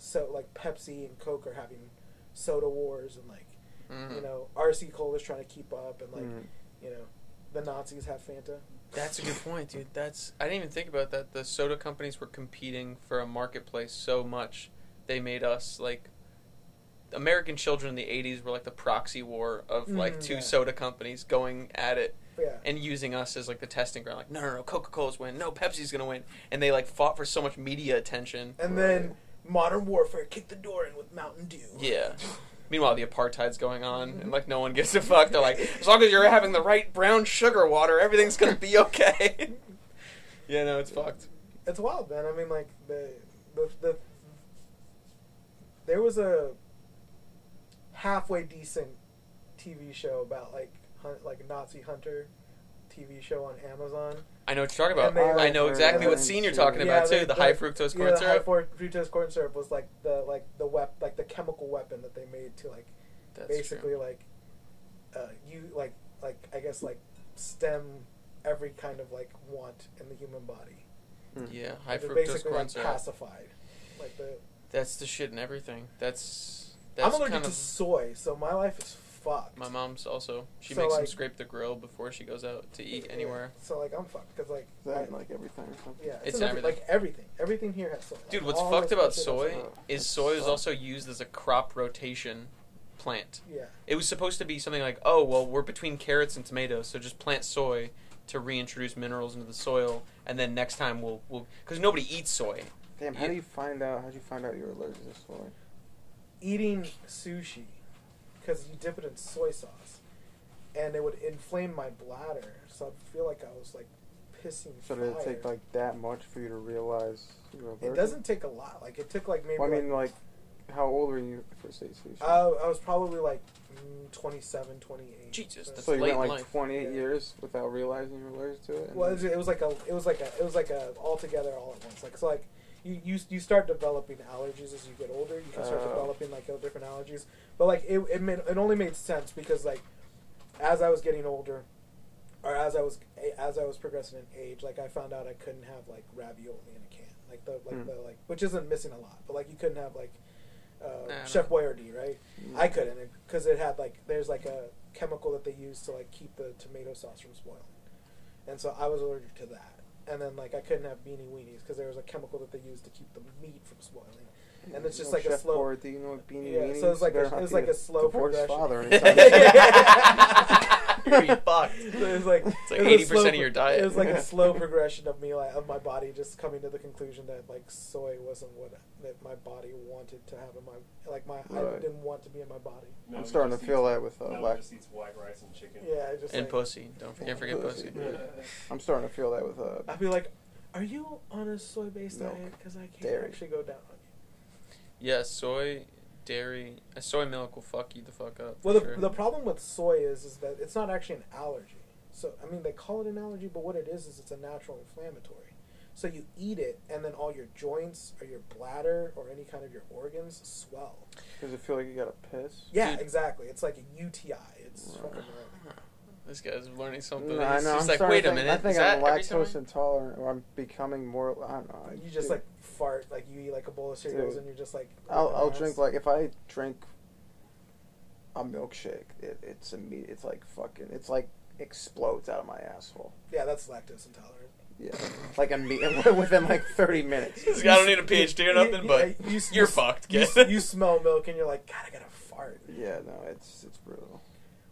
Speaker 4: so like Pepsi and Coke are having soda wars and like
Speaker 3: Mhm.
Speaker 4: you know RC Cola's trying to keep up and like
Speaker 5: Mhm.
Speaker 3: Mm-hmm.
Speaker 4: you know the Nazis have Fanta.
Speaker 3: That's a good point, dude. That's I didn't even think about that. The soda companies were competing for a marketplace so much they made us like American children in the '80s were like the proxy war of like
Speaker 4: Mhm.
Speaker 3: two
Speaker 4: Yeah.
Speaker 3: soda companies going at it
Speaker 4: Yeah.
Speaker 3: and using us as like the testing ground. Like, no, no, no, Coca Cola's win. No, Pepsi's gonna win. And they like fought for so much media attention.
Speaker 4: And then Modern Warfare kicked the door in with Mountain Dew.
Speaker 3: Yeah. Meanwhile, the apartheid's going on,
Speaker 4: Mm-hmm.
Speaker 3: and like no one gives a fuck. They're like, as long as you're having the right brown sugar water, everything's gonna be okay. [LAUGHS] yeah, no, it's fucked.
Speaker 4: It's wild, man. I mean, like the the the there was a halfway decent TV show about like hun- like Nazi hunter TV show on Amazon.
Speaker 3: I know what you're talking
Speaker 4: And they,
Speaker 3: about. I
Speaker 4: like,
Speaker 3: know exactly
Speaker 4: and
Speaker 3: what
Speaker 4: then
Speaker 3: scene you're
Speaker 5: she-
Speaker 3: talking about
Speaker 4: they-
Speaker 3: too. The high fructose corn
Speaker 4: yeah, The high
Speaker 3: syrup.
Speaker 4: for- fructose corn syrup was like the like the wep- like the chemical weapon that they made to like
Speaker 3: That's
Speaker 4: basically
Speaker 3: true.
Speaker 4: like uh, you like like I guess like stem every kind of like want in the human body.
Speaker 5: Mhm.
Speaker 3: Yeah, high
Speaker 4: They're
Speaker 3: fructose
Speaker 4: basically
Speaker 3: corn
Speaker 4: like
Speaker 3: syrup.
Speaker 4: pacified. Like the
Speaker 3: That's the shit in everything. That's
Speaker 4: I'm
Speaker 3: that's
Speaker 4: allergic
Speaker 3: kind
Speaker 4: to
Speaker 3: of
Speaker 4: soy, so my life is fucked.
Speaker 3: my mom's also. She
Speaker 4: So,
Speaker 3: makes them
Speaker 4: like-
Speaker 3: scrape the grill before she goes out to eat
Speaker 4: Yeah.
Speaker 3: anywhere.
Speaker 4: So like I'm fucked because like
Speaker 5: Is that
Speaker 4: I-
Speaker 5: in, like everything or something?
Speaker 4: yeah,
Speaker 3: It's
Speaker 4: in
Speaker 3: in
Speaker 4: Like everything, everything here has soy.
Speaker 3: Dude,
Speaker 4: Like,
Speaker 3: what's
Speaker 4: all
Speaker 3: fucked
Speaker 4: this
Speaker 3: about
Speaker 4: shit has
Speaker 3: soy is
Speaker 5: That
Speaker 3: soy is
Speaker 5: sucks.
Speaker 3: also used as a crop rotation plant.
Speaker 4: Yeah.
Speaker 3: It was supposed to be something like, oh, well, we're between carrots and tomatoes, so just plant soy to reintroduce minerals into the soil, and then next time we'll we'll because nobody eats soy.
Speaker 5: Damn. How do you find out? How do you find out you're allergic to soy?
Speaker 4: eating sushi because you dip it in soy sauce, and it would inflame my bladder, so I'd feel like I was like pissing
Speaker 5: So
Speaker 4: fire.
Speaker 5: did it take like that much for you to realize you're allergic?
Speaker 4: Oh, it doesn't take a lot. Like it took like maybe.
Speaker 5: Well, I
Speaker 4: like,
Speaker 5: mean, like, how old were you at first ate sushi?
Speaker 4: uh, I was probably like mm, 27, 28.
Speaker 3: Jesus, that's
Speaker 5: so you
Speaker 3: late
Speaker 5: went like
Speaker 3: life.
Speaker 5: 28
Speaker 4: Yeah.
Speaker 5: years without realizing you were allergic to it. and
Speaker 4: Well, it was, it
Speaker 5: then-
Speaker 4: was like a, it was like a, it was like a all together all at once. Like so, like you, you, you start developing allergies as you get older. You can start
Speaker 5: Oh.
Speaker 4: developing like uh, different allergies. But like it it, made, it only made sense because like as I was getting older, or as I was as I was progressing in age, like I found out I couldn't have like ravioli in a can, like the like
Speaker 5: Hmm.
Speaker 4: the like which isn't missing a lot, but like you couldn't have like uh,
Speaker 3: Nah,
Speaker 4: Chef
Speaker 3: nah.
Speaker 4: Boyardee, right?
Speaker 5: Hmm.
Speaker 4: I couldn't because it had like there's like a chemical that they use to like keep the tomato sauce from spoiling, and so I was allergic to that. And then like I couldn't have beanie weenies because there was a chemical that they used to keep the meat from spoiling, and it's just
Speaker 5: No
Speaker 4: like a
Speaker 5: Chef
Speaker 4: slow.
Speaker 5: Boyardee, you know what beanie
Speaker 4: Yeah,
Speaker 5: weenies?
Speaker 4: so it's like a-
Speaker 5: Better not
Speaker 4: it's
Speaker 5: be
Speaker 4: like a slow
Speaker 5: divorced
Speaker 4: progression. [LAUGHS]
Speaker 3: [LAUGHS]
Speaker 5: father. [LAUGHS] or something.
Speaker 3: You're fucked.
Speaker 4: So [LAUGHS] it was like
Speaker 3: It's like
Speaker 4: it was a
Speaker 3: 80%
Speaker 4: slow
Speaker 3: of your
Speaker 4: pro-
Speaker 3: diet.
Speaker 4: It was like a slow progression of me, like of my body, just coming to the conclusion that like soy wasn't what that my body wanted to have in my like my I
Speaker 5: Right.
Speaker 4: didn't want to be in my body.
Speaker 2: No,
Speaker 5: I'm
Speaker 2: he
Speaker 5: starting
Speaker 2: just
Speaker 5: to feel
Speaker 2: eats-
Speaker 5: that with, uh,
Speaker 2: no, he
Speaker 5: black-
Speaker 2: just eats white rice and chicken.
Speaker 4: Yeah, I just
Speaker 3: And
Speaker 4: like,
Speaker 3: pussy. Don't forget, forget pussy.
Speaker 5: I'm starting to feel that with uh,
Speaker 4: I'd be like, "Are you on a soy based
Speaker 5: Milk.
Speaker 4: diet? Because I can't
Speaker 5: Dairy.
Speaker 4: actually go down on you."
Speaker 3: Yeah, soy, dairy, uh, soy milk will fuck you the fuck up.
Speaker 4: Well, the,
Speaker 3: for sure.
Speaker 4: the problem with soy is is that it's not actually an allergy. So I mean, they call it an allergy, but what it is is it's a natural inflammatory. So you eat it, and then all your joints or your bladder or any kind of your organs swell.
Speaker 5: Does it feel like you got to piss?
Speaker 4: Yeah,
Speaker 3: Dude.
Speaker 4: exactly. It's like a UTI. It's fucking right.
Speaker 3: This guy's learning something.
Speaker 5: Mm, I
Speaker 3: He's
Speaker 5: know.
Speaker 3: just
Speaker 5: I'm
Speaker 3: like,
Speaker 5: starting
Speaker 3: wait
Speaker 5: to
Speaker 3: a
Speaker 5: think-
Speaker 3: minute.
Speaker 5: I think
Speaker 3: is
Speaker 5: I'm
Speaker 3: that every time I-
Speaker 5: lactose intolerant, or I'm becoming more. I don't know. I
Speaker 4: You just
Speaker 5: do-
Speaker 4: like fart, like you eat like a bowl of cereals,
Speaker 5: Dude.
Speaker 4: and you're just like.
Speaker 5: I'll,
Speaker 4: "Oh,
Speaker 5: I'll
Speaker 4: that's-
Speaker 5: drink like if I drink a milkshake, it, it's imme- It's like fucking. It's like explodes out of my asshole.
Speaker 4: Yeah, that's lactose intolerant.
Speaker 5: Yeah, like imme- [LAUGHS] within like 30 minutes.
Speaker 3: [LAUGHS] This guy don't need a PhD or
Speaker 4: Yeah,
Speaker 3: nothing,
Speaker 4: yeah,
Speaker 3: but
Speaker 4: you s-
Speaker 3: you're
Speaker 4: you s-
Speaker 3: fucked,
Speaker 4: You,
Speaker 3: kid. [LAUGHS]
Speaker 4: s- you smell milk, and you're like, God, I gotta fart.
Speaker 5: Yeah, no, it's it's brutal.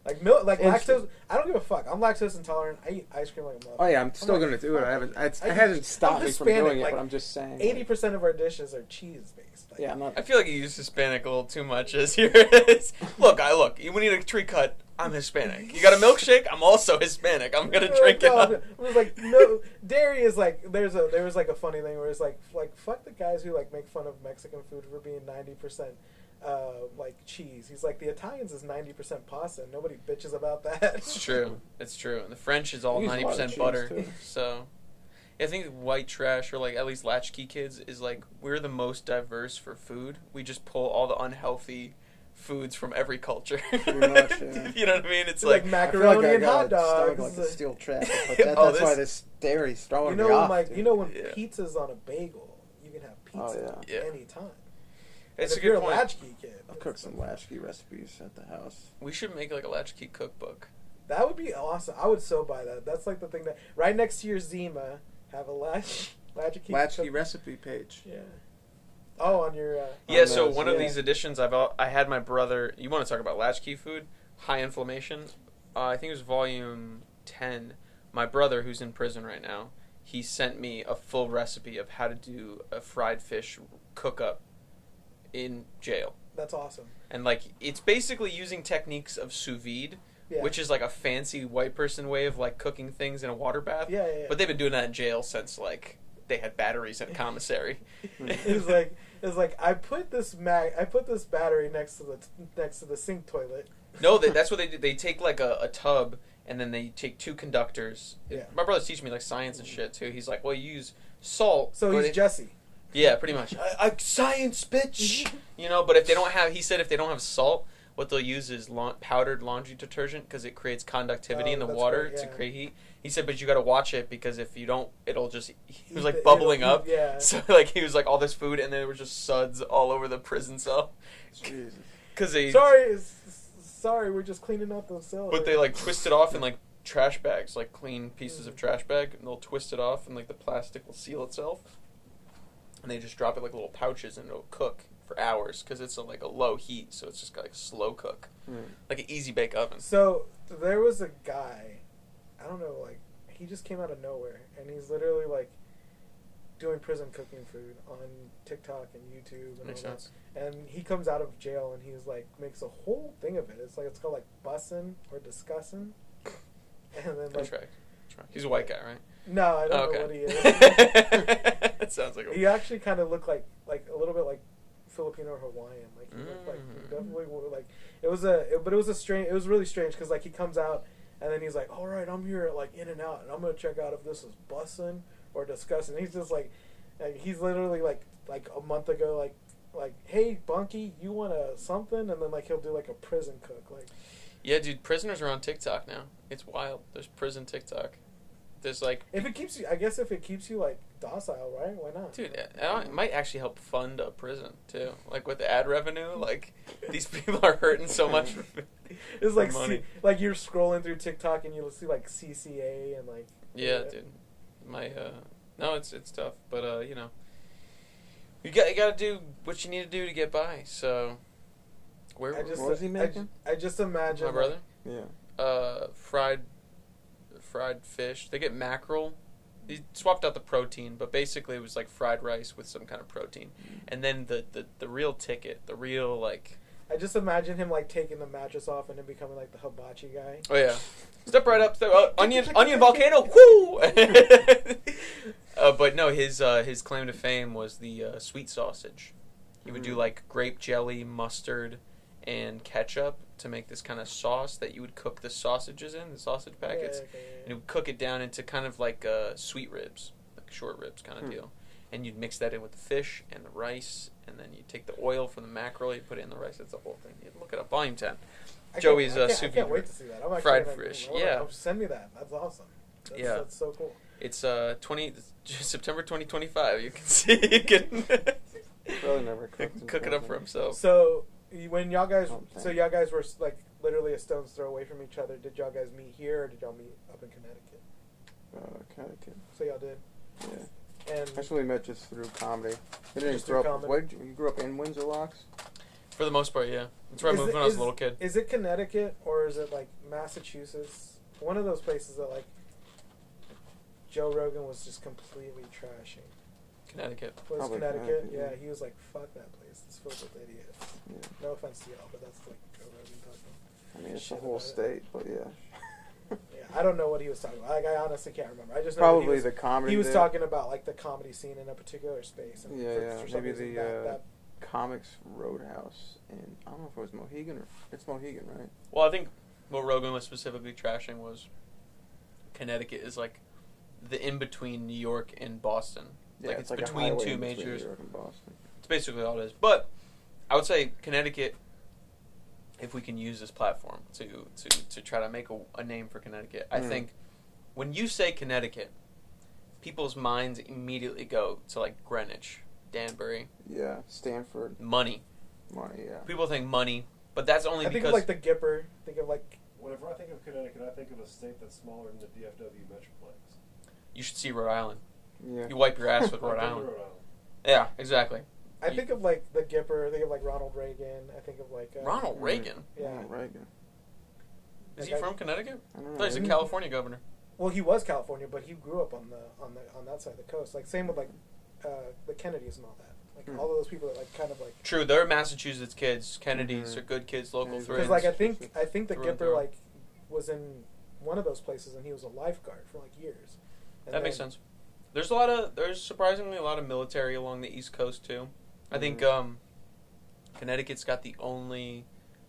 Speaker 4: Like milk, like
Speaker 5: Instant.
Speaker 4: lactose. I don't give a fuck. I'm lactose intolerant. I eat ice cream like a motherfucker.
Speaker 5: Oh yeah, I'm still
Speaker 4: like,
Speaker 5: gonna do it.
Speaker 4: fuck
Speaker 5: I haven't. It's,
Speaker 4: I-
Speaker 5: it hasn't stopped
Speaker 4: I'm
Speaker 5: me from doing
Speaker 4: Hispanic,
Speaker 5: it,
Speaker 4: like,
Speaker 5: but I'm just saying.
Speaker 4: Eighty percent of our dishes are cheese based. Like,
Speaker 5: Yeah, I'm not.
Speaker 3: I feel like you use Hispanic a little too much [LAUGHS] as here it is. Look, I look. You need a tree cut. I'm Hispanic. You got a milkshake. I'm also Hispanic. I'm gonna
Speaker 4: Oh,
Speaker 3: drink it.
Speaker 4: God.
Speaker 3: Up.
Speaker 4: It was like no dairy is like there's a there was like a funny thing where it's like like fuck the guys who like make fun of Mexican food for being ninety percent uh like cheese. He's like the Italians is ninety percent pasta. and Nobody bitches about that. [LAUGHS]
Speaker 3: It's true. It's true. And the French is all
Speaker 5: They use a lot
Speaker 3: ninety
Speaker 5: of
Speaker 3: percent
Speaker 5: cheese,
Speaker 3: butter.
Speaker 5: too.
Speaker 3: So, I think white trash or like at least latchkey kids is like we're the most diverse for food. We just pull all the unhealthy foods from every culture.
Speaker 5: much, yeah.
Speaker 3: [LAUGHS] you know what I mean? It's
Speaker 4: It's
Speaker 3: like,
Speaker 4: like
Speaker 5: I feel
Speaker 4: macaroni
Speaker 5: I
Speaker 4: and hot
Speaker 5: got a stomach
Speaker 4: dogs.
Speaker 5: Like a steel [LAUGHS] trap. But
Speaker 3: Oh,
Speaker 5: that, that's
Speaker 3: this-
Speaker 5: why this dairy's throwing
Speaker 4: you
Speaker 5: me
Speaker 4: know,
Speaker 5: off.
Speaker 4: like
Speaker 5: Oh, dude.
Speaker 4: you know, when
Speaker 3: Yeah.
Speaker 4: pizza's on a bagel, you can have
Speaker 5: Oh,
Speaker 4: pizza
Speaker 5: yeah.
Speaker 3: Yeah.
Speaker 4: anytime.
Speaker 3: it's
Speaker 4: and
Speaker 3: a
Speaker 4: if you're
Speaker 3: good
Speaker 4: a
Speaker 3: point.
Speaker 4: latchkey kid,
Speaker 5: I'll cook
Speaker 4: it's-
Speaker 5: some Lashky recipes at the house.
Speaker 3: we should make like a latchkey cookbook.
Speaker 4: That would be awesome. I would so buy that. That's like the thing that right next to your Zima, have a [LAUGHS] latch latchkey.
Speaker 5: Latchkey recipe page.
Speaker 4: Yeah. Oh, on your. Uh,
Speaker 3: Yeah,
Speaker 5: on
Speaker 3: so
Speaker 5: those,
Speaker 3: one of
Speaker 5: yeah.
Speaker 3: these editions, I've al- I had my brother. You want to talk about latchkey food? High inflammation. Uh, I think it was volume ten. My brother, who's in prison right now, he sent me a full recipe of how to do a fried fish cook up in jail,
Speaker 4: That's awesome.
Speaker 3: and like it's basically using techniques of sous vide,
Speaker 4: Yeah.
Speaker 3: which is like a fancy white person way of like cooking things in a water bath.
Speaker 4: Yeah, yeah, yeah.
Speaker 3: But they've been doing that in jail since like they had batteries
Speaker 4: [LAUGHS]
Speaker 3: at commissary.
Speaker 4: [LAUGHS] it's like it's like I put this mag I put this battery next to the next to the sink toilet.
Speaker 3: No, they, that's what they do. They take like a, a tub and then they take two conductors.
Speaker 4: Yeah.
Speaker 3: My brother's teaching me like science and shit too. He's like, well, you use salt.
Speaker 4: So
Speaker 3: but
Speaker 4: he's
Speaker 3: if-
Speaker 4: Jesse.
Speaker 3: yeah, pretty
Speaker 4: [LAUGHS]
Speaker 3: much. I, I, science, bitch. you know, but if they don't have, he said, if they don't have salt, what they'll use is laun- powdered laundry detergent because it creates conductivity
Speaker 4: Oh,
Speaker 3: in the
Speaker 4: that's
Speaker 3: water
Speaker 4: great,
Speaker 3: to
Speaker 4: yeah.
Speaker 3: create heat. He said, but you got to watch it because if you don't, it'll just. He was like
Speaker 4: It'll-
Speaker 3: bubbling up.
Speaker 4: yeah.
Speaker 3: [LAUGHS] So like he was like all this food and there was just suds all over the prison cell [LAUGHS]
Speaker 5: Jesus.
Speaker 3: because they
Speaker 4: Sorry, it's- it's- sorry, we're just cleaning out the cellar.
Speaker 3: But they like twist it off in like trash bags, like clean pieces of trash bag, and they'll twist it off, and like the plastic will seal itself. And they just drop it like little pouches, and it'll cook for hours because it's a, like a low heat, so it's just like slow cook, like an easy bake oven.
Speaker 4: So there was a guy, I don't know, like he just came out of nowhere, and he's literally like doing prison cooking food on TikTok and YouTube. And
Speaker 3: Makes
Speaker 4: all that.
Speaker 3: sense.
Speaker 4: And he comes out of jail, and he's like makes a whole thing of it. It's like it's called like bussin' or discussing. [LAUGHS] And then
Speaker 3: I'll
Speaker 4: like,
Speaker 3: try. Try. He's a white guy, right?
Speaker 4: no, I don't
Speaker 3: okay.
Speaker 4: know what he is.
Speaker 3: [LAUGHS] that sounds like a.
Speaker 4: he actually kind of looked like like a little bit like Filipino or Hawaiian. Like he looked like he
Speaker 3: Mm.
Speaker 4: definitely were, like it was a it- but it was a strange it was really strange because like he comes out and then he's like, all right, I'm here at like In and Out and I'm gonna check out if this is bussin' or discussing. He's just like. Like, he's literally like like a month ago like like hey Bunky you want a something and then like he'll do like a prison cook like
Speaker 3: Yeah, dude, prisoners are on TikTok now. It's wild. There's prison TikTok. There's like,
Speaker 4: if it keeps you I guess if it keeps you like docile right why not
Speaker 3: dude, it- it might actually help fund a prison too. Like with ad revenue, like these [LAUGHS] people are hurting so much.
Speaker 4: [LAUGHS] it's like
Speaker 3: money.
Speaker 4: C- like you're scrolling through TikTok and you'll see like CCA and like
Speaker 3: Yeah, dude. My uh no, it's it's tough, but uh, you know. You got you got to do what you need to do to get by. So where
Speaker 4: I just
Speaker 5: What was he
Speaker 4: I-
Speaker 5: making?
Speaker 4: I, just imagine
Speaker 3: my brother?
Speaker 5: Yeah.
Speaker 3: Uh fried fried fish. They get mackerel. He swapped out the protein, but basically it was like fried rice with some kind of protein. And then the the, the real ticket, the real like
Speaker 4: I just imagine him like taking the mattress off and then becoming like the hibachi guy.
Speaker 3: Oh yeah. Step right up, step, uh, onion, onion volcano, whoo! [LAUGHS] uh, but no, his uh, his claim to fame was the uh, sweet sausage. He would do
Speaker 5: Mm.
Speaker 3: like grape jelly, mustard, and ketchup to make this kind of sauce that you would cook the sausages in, the sausage packets,
Speaker 4: Yeah, okay, yeah,
Speaker 3: and
Speaker 4: yeah.
Speaker 3: he would cook it down into kind of like uh, sweet ribs, like short ribs kind of
Speaker 5: Hmm.
Speaker 3: deal. And you'd mix that in with the fish and the rice, and then you take the oil from the mackerel, you put it in the rice. That's the whole thing. You look it up, volume ten.
Speaker 4: I can't-
Speaker 3: Joey's,
Speaker 4: I
Speaker 3: uh,
Speaker 4: can't- I
Speaker 3: sous
Speaker 4: can't
Speaker 3: vide
Speaker 4: wait to see that. I'm actually
Speaker 3: fried
Speaker 4: gonna-
Speaker 3: fish,
Speaker 4: I wanna-
Speaker 3: yeah.
Speaker 4: oh, send me that. That's awesome. That's,
Speaker 3: Yeah.
Speaker 4: that's so cool.
Speaker 3: It's uh twenty [LAUGHS] September twenty twenty five. You can [LAUGHS] see you can
Speaker 5: Probably
Speaker 3: [LAUGHS]
Speaker 5: never cooked in
Speaker 3: cook it up
Speaker 5: prison.
Speaker 3: for himself.
Speaker 4: So y- when y'all guys,
Speaker 5: Oh, thanks.
Speaker 4: so y'all guys were like literally a stone's throw away from each other. Did y'all guys meet here or did y'all meet up in Connecticut?
Speaker 5: Uh, Connecticut.
Speaker 4: So y'all did.
Speaker 5: Yeah.
Speaker 4: And
Speaker 5: Actually, we met just through comedy. We didn't
Speaker 4: Just
Speaker 5: grow
Speaker 4: through
Speaker 5: up.
Speaker 4: comedy.
Speaker 5: Where did you, you grew up in Windsor Locks?
Speaker 3: For the most part, yeah. That's where I
Speaker 4: is
Speaker 3: moved
Speaker 4: it-
Speaker 3: when I was
Speaker 4: is-
Speaker 3: a little kid.
Speaker 4: Is it Connecticut or is it like Massachusetts? One of those places that like Joe Rogan was just completely trashing.
Speaker 3: Connecticut.
Speaker 4: was
Speaker 5: Probably
Speaker 4: Connecticut.
Speaker 5: Connecticut,
Speaker 4: Yeah,
Speaker 5: yeah.
Speaker 4: he was like, "Fuck that place. It's filled with idiots."
Speaker 5: Yeah.
Speaker 4: No offense to y'all, but that's like Joe Rogan talking.
Speaker 5: I mean, it's the
Speaker 4: Shit
Speaker 5: whole
Speaker 4: about it.
Speaker 5: state, but yeah.
Speaker 4: Yeah, I don't know what he was talking about. Like, I honestly can't remember. I [LAUGHS] just know that
Speaker 5: Probably
Speaker 4: he was,
Speaker 5: the comedy.
Speaker 4: He was
Speaker 5: bit.
Speaker 4: talking about like the comedy scene in a particular space. And
Speaker 5: Yeah,
Speaker 4: for,
Speaker 5: yeah.
Speaker 4: For some
Speaker 5: Maybe
Speaker 4: reason
Speaker 5: the,
Speaker 4: that,
Speaker 5: uh,
Speaker 4: that,
Speaker 5: Comics Roadhouse, and I don't know if it was Mohegan or it's Mohegan, right?
Speaker 3: Well, I think what Rogan was specifically trashing was Connecticut is like the in between New York and Boston. like it's,
Speaker 5: a
Speaker 3: between
Speaker 5: highway
Speaker 3: two
Speaker 5: in between
Speaker 3: majors.
Speaker 5: New York and Boston.
Speaker 3: It's basically all it is. But I would say Connecticut, if we can use this platform to to, to try to make a, a name for Connecticut, I
Speaker 5: Mm.
Speaker 3: think when you say Connecticut, people's minds immediately go to like Greenwich, Danbury,
Speaker 5: Yeah, Stanford,
Speaker 3: money.
Speaker 5: money. Yeah,
Speaker 3: People think money, but that's only
Speaker 4: I think of
Speaker 3: because
Speaker 4: like the Gipper. Think of like
Speaker 2: [LAUGHS] Whenever I think of Connecticut, I think of a state that's smaller than the DFW metroplex.
Speaker 3: you should see Rhode Island.
Speaker 5: yeah.
Speaker 3: You wipe your ass with
Speaker 2: Like, go
Speaker 3: Rhode
Speaker 2: to
Speaker 4: [LAUGHS]
Speaker 3: Island.
Speaker 2: Rhode Island.
Speaker 3: Yeah, exactly.
Speaker 4: I
Speaker 3: You-
Speaker 4: think of like the Gipper. I think of like Ronald Reagan. I think of like uh,
Speaker 3: Ronald
Speaker 5: Mm.
Speaker 3: Reagan.
Speaker 4: Yeah.
Speaker 5: Ronald Reagan.
Speaker 3: Is
Speaker 4: Like,
Speaker 3: he
Speaker 4: I-
Speaker 3: from Connecticut?
Speaker 5: I
Speaker 3: I
Speaker 5: don't
Speaker 3: thought
Speaker 5: know.
Speaker 3: he's a
Speaker 4: Mm.
Speaker 5: maybe-
Speaker 3: California governor.
Speaker 4: Well, he was California, but he grew up on the on the on that side of the coast. Like same with like uh, the Kennedys and all that. Like
Speaker 5: Hmm.
Speaker 4: all of those people that like kind of like
Speaker 3: True, they're Massachusetts kids. Kennedy's
Speaker 5: Mhm.
Speaker 3: are good kids, local
Speaker 5: Yeah,
Speaker 3: threads.
Speaker 4: Mm-hmm. because like I think I think the
Speaker 3: Through and
Speaker 4: Gipper
Speaker 3: through.
Speaker 4: like was in one of those places and he was a lifeguard for like years. And
Speaker 3: that makes
Speaker 4: then-
Speaker 3: sense. There's a lot of there's surprisingly a lot of military along the East Coast too. I think
Speaker 5: Mhm.
Speaker 4: Mm-hmm.
Speaker 3: um, Connecticut's got the only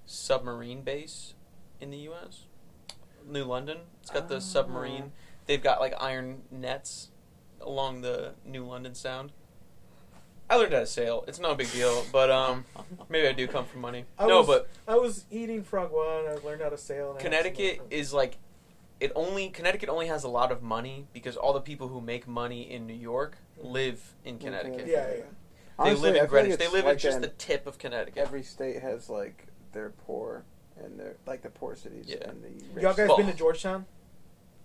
Speaker 3: submarine base in the U.S. New London. It's got the
Speaker 5: Ah.
Speaker 3: submarine. They've got like iron nets along the New London Sound. I learned how to sail. It's no big deal, but
Speaker 4: [LAUGHS]
Speaker 3: um, maybe I do come from money.
Speaker 4: I
Speaker 3: no,
Speaker 4: was-
Speaker 3: but
Speaker 4: I was eating frog one. I learned how to sail. And I had some,
Speaker 3: Connecticut
Speaker 4: like, um,
Speaker 3: is like it only Connecticut only has a lot of money because all the people who make money in New York live in Connecticut.
Speaker 4: Yeah, Mm-hmm. yeah.
Speaker 3: They
Speaker 5: Honestly,
Speaker 3: live in
Speaker 5: I feel
Speaker 3: Greenwich.
Speaker 5: like
Speaker 3: they
Speaker 5: it's
Speaker 3: live
Speaker 5: like
Speaker 3: in just
Speaker 5: an-
Speaker 3: the tip of Connecticut.
Speaker 5: Every state has like their poor and their like the poor cities
Speaker 3: Yeah.
Speaker 5: and the
Speaker 4: Y'all
Speaker 5: rich
Speaker 4: guys
Speaker 3: Well-
Speaker 4: been to Georgetown?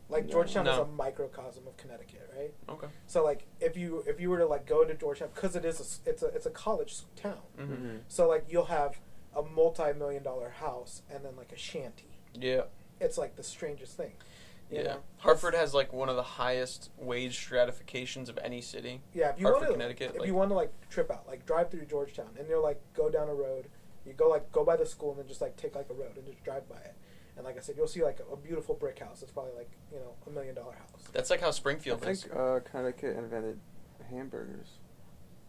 Speaker 4: Like
Speaker 5: No.
Speaker 4: Georgetown is
Speaker 3: No.
Speaker 4: a microcosm of Connecticut, right?
Speaker 3: okay.
Speaker 4: So like if you if you were to like go to Georgetown because it is a, s- it's a it's a college town.
Speaker 3: hmm
Speaker 5: Mhm.
Speaker 4: So like you'll have a multi-million dollar house and then like a shanty.
Speaker 3: Yeah.
Speaker 4: It's like the strangest thing. you
Speaker 3: Yeah.
Speaker 4: know?
Speaker 3: Hartford has like one of the highest wage stratifications of any city.
Speaker 4: Yeah, if you
Speaker 3: Hartford,
Speaker 4: want to,
Speaker 3: Connecticut,
Speaker 4: if
Speaker 3: like-
Speaker 4: you want to like trip out, like drive through Georgetown, and you'll like go down a road, you go like go by the school, and then just like take like a road and just drive by it. And like I said, you'll see like a, beautiful brick house. It's probably like you know a million dollar house.
Speaker 3: That's like how
Speaker 5: I
Speaker 3: Springfield is.
Speaker 5: think uh, Connecticut invented hamburgers.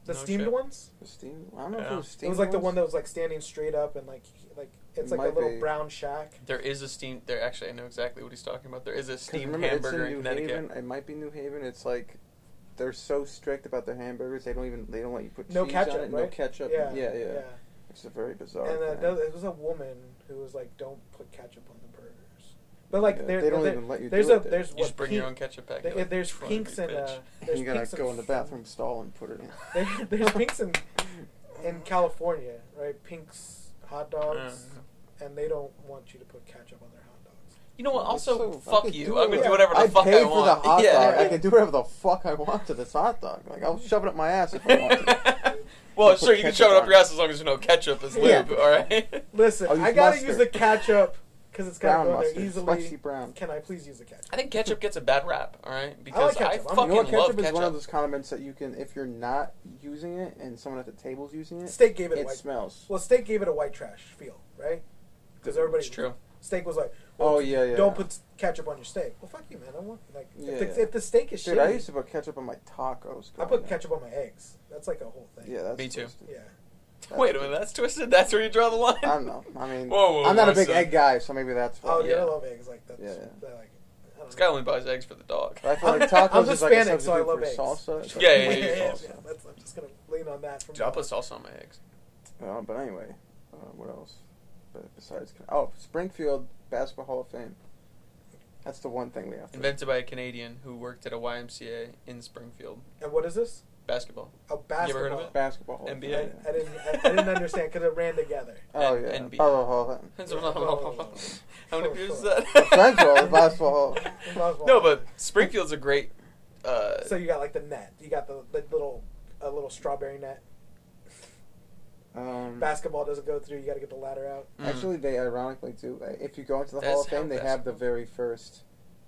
Speaker 4: The
Speaker 3: No
Speaker 4: steamed
Speaker 3: shit.
Speaker 4: ones.
Speaker 5: The steam. I don't know if
Speaker 3: Yeah.
Speaker 5: it was
Speaker 4: It
Speaker 5: steam.
Speaker 4: was like the one that was like standing straight up and like he- like it's like
Speaker 5: Might
Speaker 4: a little
Speaker 5: be.
Speaker 4: brown shack.
Speaker 3: There is a steam. There actually, I know exactly what he's talking about. There is a steam
Speaker 5: remember,
Speaker 3: hamburger
Speaker 5: it's in
Speaker 3: in
Speaker 5: New
Speaker 3: Connecticut.
Speaker 5: Haven. It might be New Haven. It's like they're so strict about their hamburgers. They don't even they don't let you put
Speaker 4: No
Speaker 5: cheese
Speaker 4: ketchup,
Speaker 5: on it. No
Speaker 4: right?
Speaker 5: ketchup.
Speaker 4: Yeah,
Speaker 5: yeah, yeah.
Speaker 4: yeah.
Speaker 5: It's a very bizarre.
Speaker 4: and uh,
Speaker 5: thing.
Speaker 4: there- it was a woman who was like, "Don't put ketchup on the burgers." But like,
Speaker 5: Yeah,
Speaker 4: there,
Speaker 5: they don't
Speaker 4: there-
Speaker 5: even let you
Speaker 4: There's
Speaker 5: do
Speaker 4: a
Speaker 5: it there.
Speaker 4: there's
Speaker 3: You
Speaker 4: what,
Speaker 3: just bring your
Speaker 4: pink-
Speaker 3: own ketchup packet.
Speaker 4: there-
Speaker 3: You're like,
Speaker 4: there's
Speaker 3: "Fuck,
Speaker 4: pinks
Speaker 3: you
Speaker 4: and uh,
Speaker 3: bitch."
Speaker 4: there's
Speaker 5: you gotta
Speaker 4: pinks
Speaker 5: go in
Speaker 4: and-
Speaker 5: the bathroom stall and put
Speaker 4: [LAUGHS]
Speaker 5: it in.
Speaker 3: [LAUGHS]
Speaker 4: There- there's pinks
Speaker 5: [LAUGHS]
Speaker 4: in in California, right? Pinks hot dogs,
Speaker 3: Uh-huh.
Speaker 4: and they don't want you to put ketchup on their hot dogs.
Speaker 3: You know what?
Speaker 5: It's
Speaker 3: Also,
Speaker 5: so- I
Speaker 3: fuck
Speaker 5: could
Speaker 3: you.
Speaker 5: do
Speaker 3: I'm gonna do whatever the
Speaker 5: I
Speaker 3: fuck
Speaker 5: paid
Speaker 3: I
Speaker 5: for
Speaker 3: want.
Speaker 5: the hot
Speaker 3: yeah.
Speaker 5: dog. I
Speaker 3: [LAUGHS]
Speaker 5: can do whatever the fuck I want to this hot dog. Like I'll shove it up my ass if I want to.
Speaker 3: well,
Speaker 5: Put
Speaker 3: sure, you can
Speaker 5: ketchup
Speaker 3: shove it up
Speaker 5: on
Speaker 3: your ass as long as there's no ketchup as lube.
Speaker 5: Yeah.
Speaker 3: All right. [LAUGHS]
Speaker 4: Listen,
Speaker 5: I'll use
Speaker 4: I gotta
Speaker 5: mustard.
Speaker 4: use the ketchup because it's gotta
Speaker 5: Brown
Speaker 4: go in
Speaker 5: mustard,
Speaker 4: there easily.
Speaker 5: spicy brown.
Speaker 4: Can I please use the ketchup?
Speaker 3: I think ketchup gets a bad rap. All right, because I,
Speaker 4: ketchup. I'm-
Speaker 3: [LAUGHS]
Speaker 5: You
Speaker 3: fucking
Speaker 5: know what? Ketchup
Speaker 3: love
Speaker 5: is
Speaker 3: ketchup.
Speaker 5: one of those condiments that you can, if you're not using it and someone at the table's using it,
Speaker 4: Steak gave it, a
Speaker 5: it
Speaker 4: white.
Speaker 5: smells.
Speaker 4: Well, steak gave it a white trash feel, right? Because everybody.
Speaker 3: It's true.
Speaker 4: Steak was like, well,
Speaker 5: Oh, yeah, yeah.
Speaker 4: Don't put s- ketchup on your steak. Well, fuck you, man. I want like if, the,
Speaker 5: Yeah.
Speaker 4: if the steak is
Speaker 5: Dude,
Speaker 4: shitty,
Speaker 5: I used to put ketchup on my tacos.
Speaker 4: I
Speaker 5: growing
Speaker 4: put
Speaker 5: up.
Speaker 4: ketchup on my eggs. That's like a whole thing.
Speaker 5: Yeah, that's
Speaker 3: Me too.
Speaker 5: twisted.
Speaker 4: Yeah.
Speaker 3: [LAUGHS]
Speaker 5: That's-
Speaker 3: Wait a minute, that's twisted. That's where you draw the line.
Speaker 5: I don't know. I mean,
Speaker 3: Whoa, whoa,
Speaker 5: I'm not
Speaker 3: whoa,
Speaker 5: a big
Speaker 3: son.
Speaker 5: egg guy, so maybe that's why.
Speaker 4: Oh, dude,
Speaker 3: Yeah.
Speaker 4: I love eggs. Like that's.
Speaker 5: Yeah, yeah.
Speaker 4: they're like. I don't
Speaker 3: This
Speaker 4: know.
Speaker 3: guy only buys eggs for the dog.
Speaker 5: But I feel
Speaker 4: [LAUGHS]
Speaker 5: like
Speaker 4: I'm-
Speaker 3: [LAUGHS]
Speaker 5: tacos
Speaker 4: I'm
Speaker 5: is like a
Speaker 4: Hispanic, so I
Speaker 5: substitute
Speaker 4: love
Speaker 5: for
Speaker 4: eggs.
Speaker 5: salsa. It's like
Speaker 3: Yeah, yeah,
Speaker 5: tomato
Speaker 3: yeah, yeah,
Speaker 4: [LAUGHS]
Speaker 5: salsa.
Speaker 4: yeah, that's, I'm just gonna lean on that. From
Speaker 3: Dude, I put
Speaker 4: now on.
Speaker 3: salsa on my eggs.
Speaker 5: Uh, but anyway, uh, what else? But besides, oh, Springfield Basketball Hall of Fame. That's the one thing we have to.
Speaker 3: Invented by a Canadian who worked at a YMCA in Springfield.
Speaker 4: And what is this?
Speaker 3: Basketball.
Speaker 4: A
Speaker 5: Oh,
Speaker 3: You ever
Speaker 4: basketball.
Speaker 3: heard of
Speaker 5: Basketball Hall of
Speaker 3: NBA?
Speaker 5: Fame,
Speaker 4: I, I didn't. I, I didn't understand because it ran together.
Speaker 5: Oh
Speaker 3: N-
Speaker 5: yeah.
Speaker 3: NBA.
Speaker 5: Basketball Hall of Fame.
Speaker 4: [LAUGHS]
Speaker 3: Oh. How many views is that?
Speaker 5: Central, the
Speaker 3: [LAUGHS]
Speaker 5: basketball.
Speaker 4: Basketball.
Speaker 3: no, but Springfield's a great. Uh,
Speaker 4: So you got like the net. You got the, the little a little strawberry net.
Speaker 5: Mm-hmm. Um,
Speaker 4: Basketball doesn't go through. You got to get the ladder out.
Speaker 3: mm.
Speaker 5: Actually, they ironically do. Uh, If you go into the
Speaker 3: That's
Speaker 5: Hall of
Speaker 3: how
Speaker 5: Fame, they have the
Speaker 3: basketball-
Speaker 5: very first,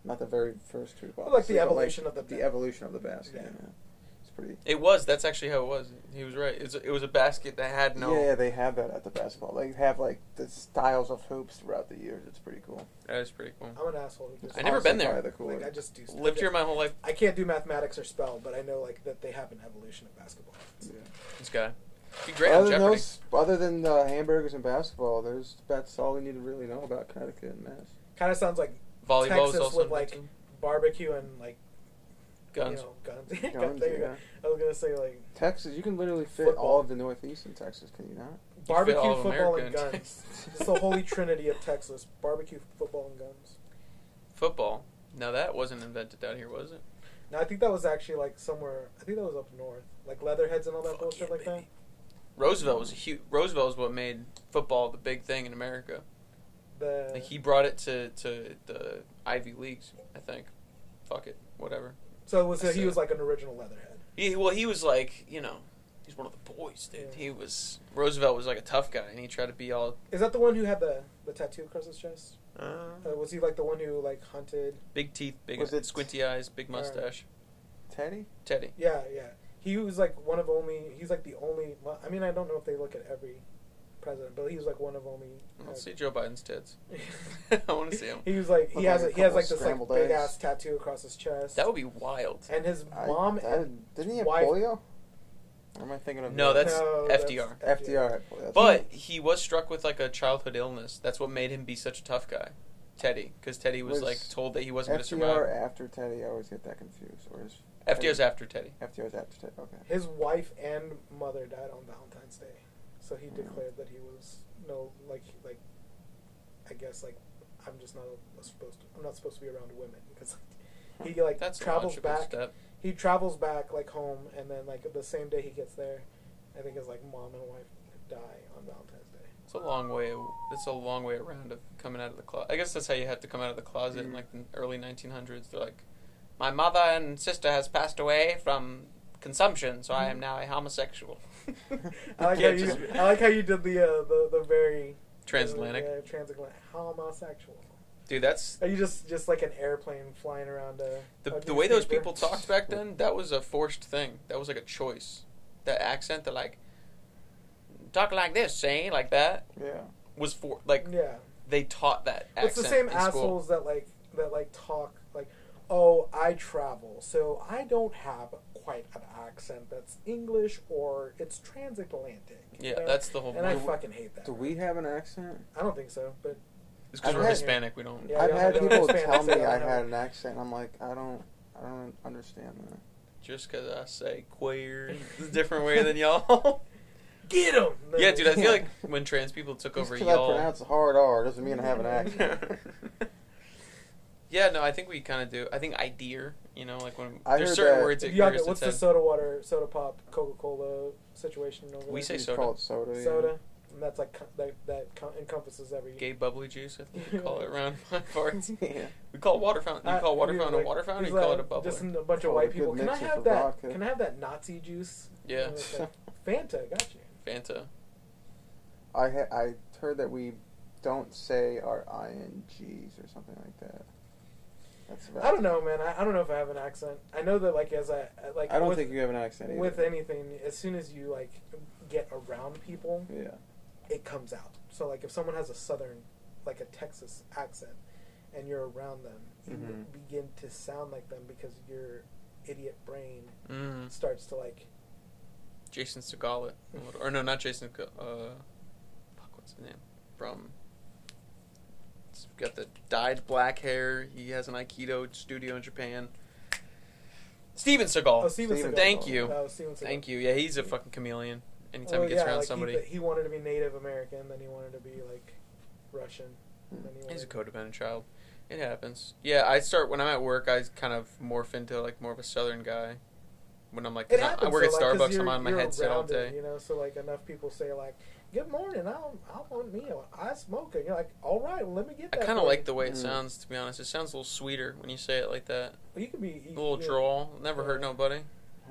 Speaker 5: not the very first hoop.
Speaker 4: Well, like
Speaker 5: obviously,
Speaker 4: the
Speaker 5: but,
Speaker 4: evolution of the
Speaker 5: the
Speaker 4: ba-
Speaker 5: evolution of the basket.
Speaker 4: Yeah.
Speaker 5: Yeah. It's pretty.
Speaker 3: It was. That's actually how it was. He was right. It was, it was a basket that had no.
Speaker 5: Yeah, yeah, they have that at the basketball. They have like the styles of hoops throughout the years. It's pretty cool.
Speaker 3: That was pretty cool.
Speaker 4: I'm an asshole. who just-
Speaker 3: I never
Speaker 5: Honestly,
Speaker 3: been there.
Speaker 5: probably the
Speaker 4: Like,
Speaker 5: coolest.
Speaker 4: I just do. Stuff.
Speaker 3: Lived here my whole life.
Speaker 4: I can't do mathematics or spell, but I know like that they have an evolution of basketball.
Speaker 3: This guy. He'd be great on
Speaker 5: other than
Speaker 3: Jeopardy.
Speaker 5: those, other than the hamburgers and basketball, there's that's all we need to really know about Connecticut and Mass.
Speaker 4: Kind of sounds like
Speaker 3: Volleyball
Speaker 4: Texas
Speaker 3: was also
Speaker 4: with,
Speaker 3: invented.
Speaker 4: like, barbecue and like
Speaker 3: guns.
Speaker 4: You know, guns. [LAUGHS]
Speaker 5: Guns,
Speaker 4: there you
Speaker 5: yeah.
Speaker 4: go. I was gonna say like
Speaker 5: Texas, you can literally fit
Speaker 4: Football.
Speaker 5: all of the Northeast in Texas, can you not?
Speaker 4: barbecue,
Speaker 3: all of
Speaker 4: football,
Speaker 3: America
Speaker 4: and
Speaker 3: in
Speaker 4: guns. [LAUGHS] it's the holy trinity of Texas: barbecue, football, and guns.
Speaker 3: Football. Now that wasn't invented down here, was it?
Speaker 4: No, I think that was actually like somewhere. I think that was up north, like Leatherheads and all that
Speaker 3: Fuck
Speaker 4: bullshit
Speaker 3: yeah,
Speaker 4: like that.
Speaker 3: baby. Roosevelt was a huge. Roosevelt is what made football the big thing in America.
Speaker 4: The
Speaker 3: Like he brought it to to the Ivy leagues. I think. Fuck it. Whatever.
Speaker 4: so it was
Speaker 3: I
Speaker 4: he
Speaker 3: said-
Speaker 4: was like an original Leatherhead.
Speaker 3: He, well, he was like you know, he's one of the boys, dude.
Speaker 4: Yeah.
Speaker 3: He was Roosevelt was like a tough guy, and he tried to be all.
Speaker 4: Is that the one who had the the tattoo across his chest?
Speaker 3: Uh,
Speaker 5: Uh-huh.
Speaker 4: Uh, was he like the one who like hunted?
Speaker 3: big teeth, big
Speaker 5: Was it-
Speaker 3: squinty eyes, big
Speaker 4: Alright.
Speaker 3: mustache.
Speaker 5: Teddy?
Speaker 3: Teddy.
Speaker 4: Yeah, yeah. He was like one of only. He's like the only. well, I mean, I don't know if they look at every president, but he was like one of only.
Speaker 3: I
Speaker 4: uh,
Speaker 3: want to see Joe Biden's tits.
Speaker 4: [LAUGHS]
Speaker 3: [LAUGHS] I want to see him.
Speaker 4: He was like he
Speaker 5: Looked
Speaker 4: has
Speaker 5: like
Speaker 4: a,
Speaker 5: a
Speaker 4: he has
Speaker 5: couple
Speaker 4: like this like
Speaker 5: scrambled
Speaker 4: big
Speaker 5: eggs.
Speaker 4: ass tattoo across his chest.
Speaker 3: That would be wild.
Speaker 4: and his
Speaker 5: I-
Speaker 4: mom
Speaker 5: that-
Speaker 4: and
Speaker 5: didn't he have
Speaker 4: wife-
Speaker 5: polio? Or am I thinking of
Speaker 3: No,
Speaker 5: the-
Speaker 3: that's
Speaker 4: No,
Speaker 3: FDR.
Speaker 5: FDR. had polio. That's
Speaker 3: But he was struck with like a childhood illness. That's what made him be such a tough guy, Teddy, because Teddy was,
Speaker 5: Was
Speaker 3: like told that he wasn't going to
Speaker 5: FDR
Speaker 3: survive.
Speaker 5: after Teddy, I always get that confused. Or is
Speaker 3: FDR's after Teddy.
Speaker 5: FDR's after Teddy? Okay.
Speaker 4: His wife and mother died on Valentine's Day, so he
Speaker 5: Mm.
Speaker 4: declared that he was no like like, I guess like I'm just not supposed to I'm not supposed to be around women because like, he like
Speaker 3: That's a
Speaker 4: travels
Speaker 3: logical
Speaker 4: back.
Speaker 3: step.
Speaker 4: He travels back like home, and then like the same day he gets there, I think his like mom and wife die on Valentine's Day.
Speaker 3: It's a long way. It's a long way around of coming out of the closet. I guess that's how you had to come out of the closet in
Speaker 5: Mm.
Speaker 3: like the early 1900s. They're like, my mother and sister has passed away from consumption, so I am now a homosexual. [LAUGHS]
Speaker 4: I like, how
Speaker 3: can't
Speaker 4: you,
Speaker 3: just-
Speaker 4: I like how you did the uh, the the very
Speaker 3: Transatlantic,
Speaker 4: uh, transatlantic homosexual.
Speaker 3: dude. That's
Speaker 4: Are you just just like an airplane flying around a
Speaker 3: the
Speaker 4: a
Speaker 3: the way those
Speaker 4: newspaper?
Speaker 3: people talked back then. That was a forced thing. That was like a choice. That accent, that like talk like this, eh? Like that
Speaker 5: Yeah.
Speaker 3: was for like
Speaker 4: yeah,
Speaker 3: they taught that accent
Speaker 4: it's the same
Speaker 3: in
Speaker 4: assholes that like that like talk like, oh, I travel, so I don't have quite an accent that's English or it's transatlantic. you
Speaker 3: Yeah,
Speaker 4: know?
Speaker 3: that's the whole
Speaker 4: And I
Speaker 3: point.
Speaker 4: fucking hate that.
Speaker 5: Do we have an accent?
Speaker 4: I don't think so, but
Speaker 3: It's because
Speaker 5: I've
Speaker 3: we're
Speaker 5: had-
Speaker 3: Hispanic. We don't. [LAUGHS]
Speaker 4: Yeah,
Speaker 5: I've
Speaker 4: yeah,
Speaker 5: had
Speaker 4: I don't
Speaker 5: people
Speaker 4: understand.
Speaker 5: tell me
Speaker 4: That's it, I
Speaker 5: I
Speaker 4: don't know.
Speaker 5: had an accent. I'm like, I don't, I don't understand that.
Speaker 3: Just 'cause I say queer [LAUGHS] is a different way than [LAUGHS] y'all.
Speaker 4: Get him.
Speaker 3: [LAUGHS] yeah, dude, I feel like
Speaker 5: Yeah.
Speaker 3: when trans people took
Speaker 5: Just
Speaker 3: over
Speaker 5: 'cause I
Speaker 3: y'all.
Speaker 5: pronounce a hard R doesn't mean I
Speaker 3: [LAUGHS]
Speaker 5: have an accent.
Speaker 3: yeah, no, I think we kind of do. I think idea, you know, like when
Speaker 5: I
Speaker 3: there's
Speaker 5: heard
Speaker 3: certain
Speaker 5: that-
Speaker 3: words it
Speaker 4: If you have
Speaker 3: occurs
Speaker 4: it,
Speaker 3: to
Speaker 4: what's the
Speaker 3: said.
Speaker 4: soda water, soda pop, Coca Cola situation over
Speaker 3: We
Speaker 5: You
Speaker 3: say
Speaker 4: there?
Speaker 5: just
Speaker 3: soda.
Speaker 5: Call it soda. Oh, yeah.
Speaker 4: soda, and that's like co- that that co- encompasses every.
Speaker 3: gay bubbly juice. I think we [LAUGHS] call it around my parts.
Speaker 5: [LAUGHS] Yeah.
Speaker 3: We call water fountain. You
Speaker 4: I-
Speaker 3: call water
Speaker 4: he's
Speaker 3: fountain
Speaker 4: like-
Speaker 3: a water fountain.
Speaker 4: he's
Speaker 3: You call it
Speaker 4: like
Speaker 3: a
Speaker 4: Just
Speaker 3: bubbler.
Speaker 4: a bunch of
Speaker 5: Call it a
Speaker 4: white
Speaker 5: good
Speaker 4: people. Can I
Speaker 5: mixer for
Speaker 4: have that?
Speaker 5: vodka.
Speaker 4: Can I have that Nazi juice?
Speaker 3: Yeah,
Speaker 4: And it's
Speaker 5: [LAUGHS]
Speaker 4: like, Fanta, got you.
Speaker 3: Fanta.
Speaker 5: I ha- I heard that we don't say our ings or something like that. That's about
Speaker 4: I don't know, man. I, I don't know if I have an accent. I know that like as I like
Speaker 5: I don't
Speaker 4: with,
Speaker 5: think you have an accent either.
Speaker 4: with anything. As soon as you like get around people,
Speaker 5: Yeah.
Speaker 4: it comes out. So like if someone has a southern, like a Texas accent, and you're around them, you
Speaker 5: Mhm.
Speaker 4: begin to sound like them because your idiot brain
Speaker 3: Mm.
Speaker 4: starts to like.
Speaker 3: Jason Segala, or no, not Jason. Sega- Uh, fuck, what's his name? From he's got the dyed black hair. He has an aikido studio in Japan. Steven Seagal.
Speaker 4: Oh, Steven
Speaker 5: Steven
Speaker 4: Seagal.
Speaker 3: Thank you.
Speaker 4: Oh, Steven Seagal.
Speaker 3: Thank you. Yeah, he's a fucking chameleon. Anytime
Speaker 4: Oh,
Speaker 3: he gets
Speaker 4: yeah,
Speaker 3: around
Speaker 4: like,
Speaker 3: somebody,
Speaker 4: He, he wanted to be Native American, then he wanted to be like Russian. Then he
Speaker 3: He's a
Speaker 4: wanted,
Speaker 3: codependent child. It happens. Yeah, I start when I'm at work. I kind of morph into like more of a southern guy. When I'm like, 'cause
Speaker 4: It
Speaker 3: I, I
Speaker 4: happens,
Speaker 3: work at
Speaker 4: though, like, 'cause
Speaker 3: Starbucks. I'm
Speaker 4: you're-
Speaker 3: on my
Speaker 4: you're
Speaker 3: headset all
Speaker 4: rounded,
Speaker 3: day.
Speaker 4: You know, so like enough people say like, "Good morning, I I want me, a- I smoke," and you're like, "All right, well, let me get
Speaker 3: I
Speaker 4: that."
Speaker 3: kind of
Speaker 4: for
Speaker 3: like
Speaker 4: you."
Speaker 3: the way it
Speaker 5: Mm.
Speaker 3: sounds. To be honest, it sounds a little sweeter when you say it like that.
Speaker 4: You can be
Speaker 3: A
Speaker 4: eat,
Speaker 3: little
Speaker 4: you know,
Speaker 3: drawl. Never hurt
Speaker 4: Yeah.
Speaker 3: nobody.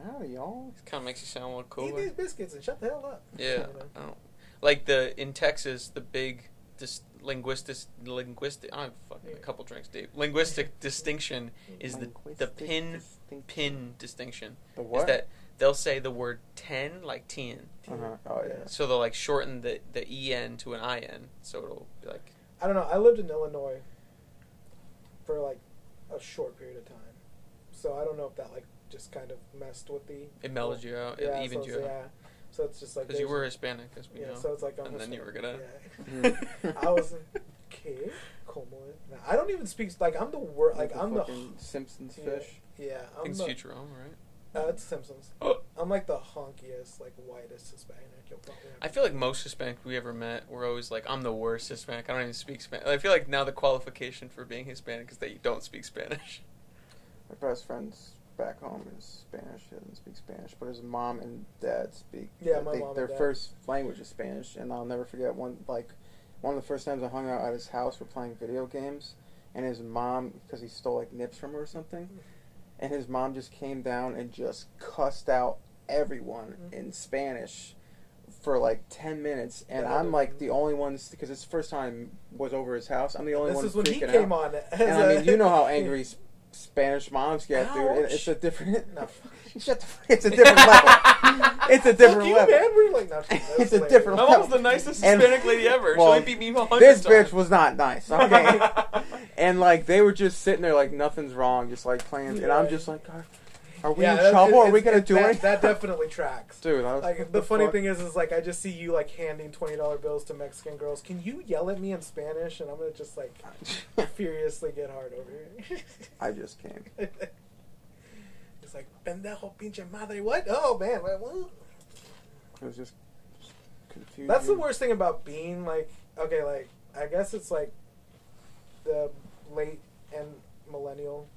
Speaker 5: Howdy, y'all.
Speaker 3: It kind of makes you sound a little
Speaker 4: Eat
Speaker 3: cooler.
Speaker 4: these biscuits and shut the hell up.
Speaker 3: [LAUGHS]
Speaker 4: [LAUGHS]
Speaker 3: Yeah,
Speaker 4: You know?
Speaker 3: I don't like the in Texas the big dis- linguistic linguistic. I'm fucking a
Speaker 4: Yeah.
Speaker 3: couple drinks deep.
Speaker 4: [LAUGHS]
Speaker 3: Linguistic distinction is the the
Speaker 5: Linguistic
Speaker 3: pin
Speaker 5: distinction.
Speaker 3: pin distinction.
Speaker 5: The
Speaker 3: Is
Speaker 5: what?
Speaker 3: that they'll say the word ten like ten,
Speaker 5: Uh-huh. Oh yeah.
Speaker 3: so they'll like shorten the the en to an in, so it'll be like
Speaker 4: I don't know. I lived in Illinois for like a short period of time, so I don't know if that like just kind of messed with the.
Speaker 3: it melds you out, it
Speaker 4: yeah,
Speaker 3: evens
Speaker 4: so
Speaker 3: you
Speaker 4: it's-
Speaker 3: out.
Speaker 4: Yeah, so it's just like
Speaker 3: Because you
Speaker 4: there's-
Speaker 3: were Hispanic, as we
Speaker 4: Yeah,
Speaker 3: know.
Speaker 4: so it's like I'm
Speaker 3: and
Speaker 4: just
Speaker 3: then you
Speaker 4: like,
Speaker 3: were gonna.
Speaker 5: yeah.
Speaker 4: I was
Speaker 3: [LAUGHS]
Speaker 4: okay. Como es? I don't even speak like I'm the wor Like
Speaker 5: the
Speaker 4: I'm the
Speaker 5: fucking Simpsons
Speaker 4: yeah,
Speaker 5: fish.
Speaker 4: Yeah,
Speaker 3: I
Speaker 4: I'm
Speaker 3: think it's
Speaker 4: the.
Speaker 3: Futurama, right?
Speaker 4: Uh, it's
Speaker 3: [GASPS]
Speaker 4: Simpsons.
Speaker 3: Oh.
Speaker 4: I'm like the honkiest, like whitest Hispanic you'll probably. ever
Speaker 3: I feel like most Hispanic we ever met were always like, "I'm the worst Hispanic. I don't even speak Spanish." I feel like now the qualification for being Hispanic is that you don't speak
Speaker 4: [LAUGHS]
Speaker 3: Spanish.
Speaker 5: My best friend's back home is Spanish. He doesn't speak Spanish, but his mom and dad speak.
Speaker 4: Yeah,
Speaker 5: I
Speaker 4: my
Speaker 5: think
Speaker 4: mom and
Speaker 5: their
Speaker 4: dad.
Speaker 5: first language is Spanish, and I'll never forget one like one of the first times I hung out at his house. We're playing video games, and his mom because he stole like nips from her or something,
Speaker 4: Mm-hmm.
Speaker 5: and his mom just came down and just cussed out everyone
Speaker 4: Mhm.
Speaker 5: in Spanish for like 10 minutes and
Speaker 4: Yeah,
Speaker 5: i'm
Speaker 4: dude.
Speaker 5: like the only one because his first time was over his house i'm the only
Speaker 4: This
Speaker 5: one
Speaker 4: is when he
Speaker 5: freaking out
Speaker 4: came on. as
Speaker 5: and I
Speaker 4: a-
Speaker 5: mean, you know
Speaker 4: [LAUGHS]
Speaker 5: how angry s- Spanish moms get, dude. It- it's a
Speaker 4: Ouch. [LAUGHS]
Speaker 5: different. [LAUGHS]
Speaker 4: No.
Speaker 5: Shut the. f- It's a different level.
Speaker 4: [LAUGHS]
Speaker 5: It's a different
Speaker 4: Fuck you,
Speaker 5: level.
Speaker 4: man. We're like, no,
Speaker 5: [LAUGHS] It's a different
Speaker 3: My
Speaker 5: level.
Speaker 3: mom's the nicest
Speaker 5: And-
Speaker 3: Hispanic lady ever.
Speaker 5: well,
Speaker 3: she only beat me a hundred
Speaker 5: This
Speaker 3: times.
Speaker 5: bitch was not nice. Okay.
Speaker 4: [LAUGHS]
Speaker 5: and like they were just sitting there like nothing's wrong, just like playing. And I'm just like, are, are we in trouble? Are we gonna do
Speaker 4: that,
Speaker 5: anything?
Speaker 4: That definitely tracks.
Speaker 5: [LAUGHS] Dude, I was
Speaker 4: Like
Speaker 5: what
Speaker 4: the funny
Speaker 5: fuck?
Speaker 4: thing is, is like I just see you like handing twenty dollar bills to Mexican girls. Can you yell at me in Spanish? And I'm gonna just like [LAUGHS] furiously get hard over
Speaker 5: [LAUGHS] I just came.
Speaker 4: here. [LAUGHS] it's like pendejo, pinche madre. What? Oh man, like, what?
Speaker 5: It was just confusing.
Speaker 4: That's the worst thing about being like okay, like I guess it's like the late and millennial.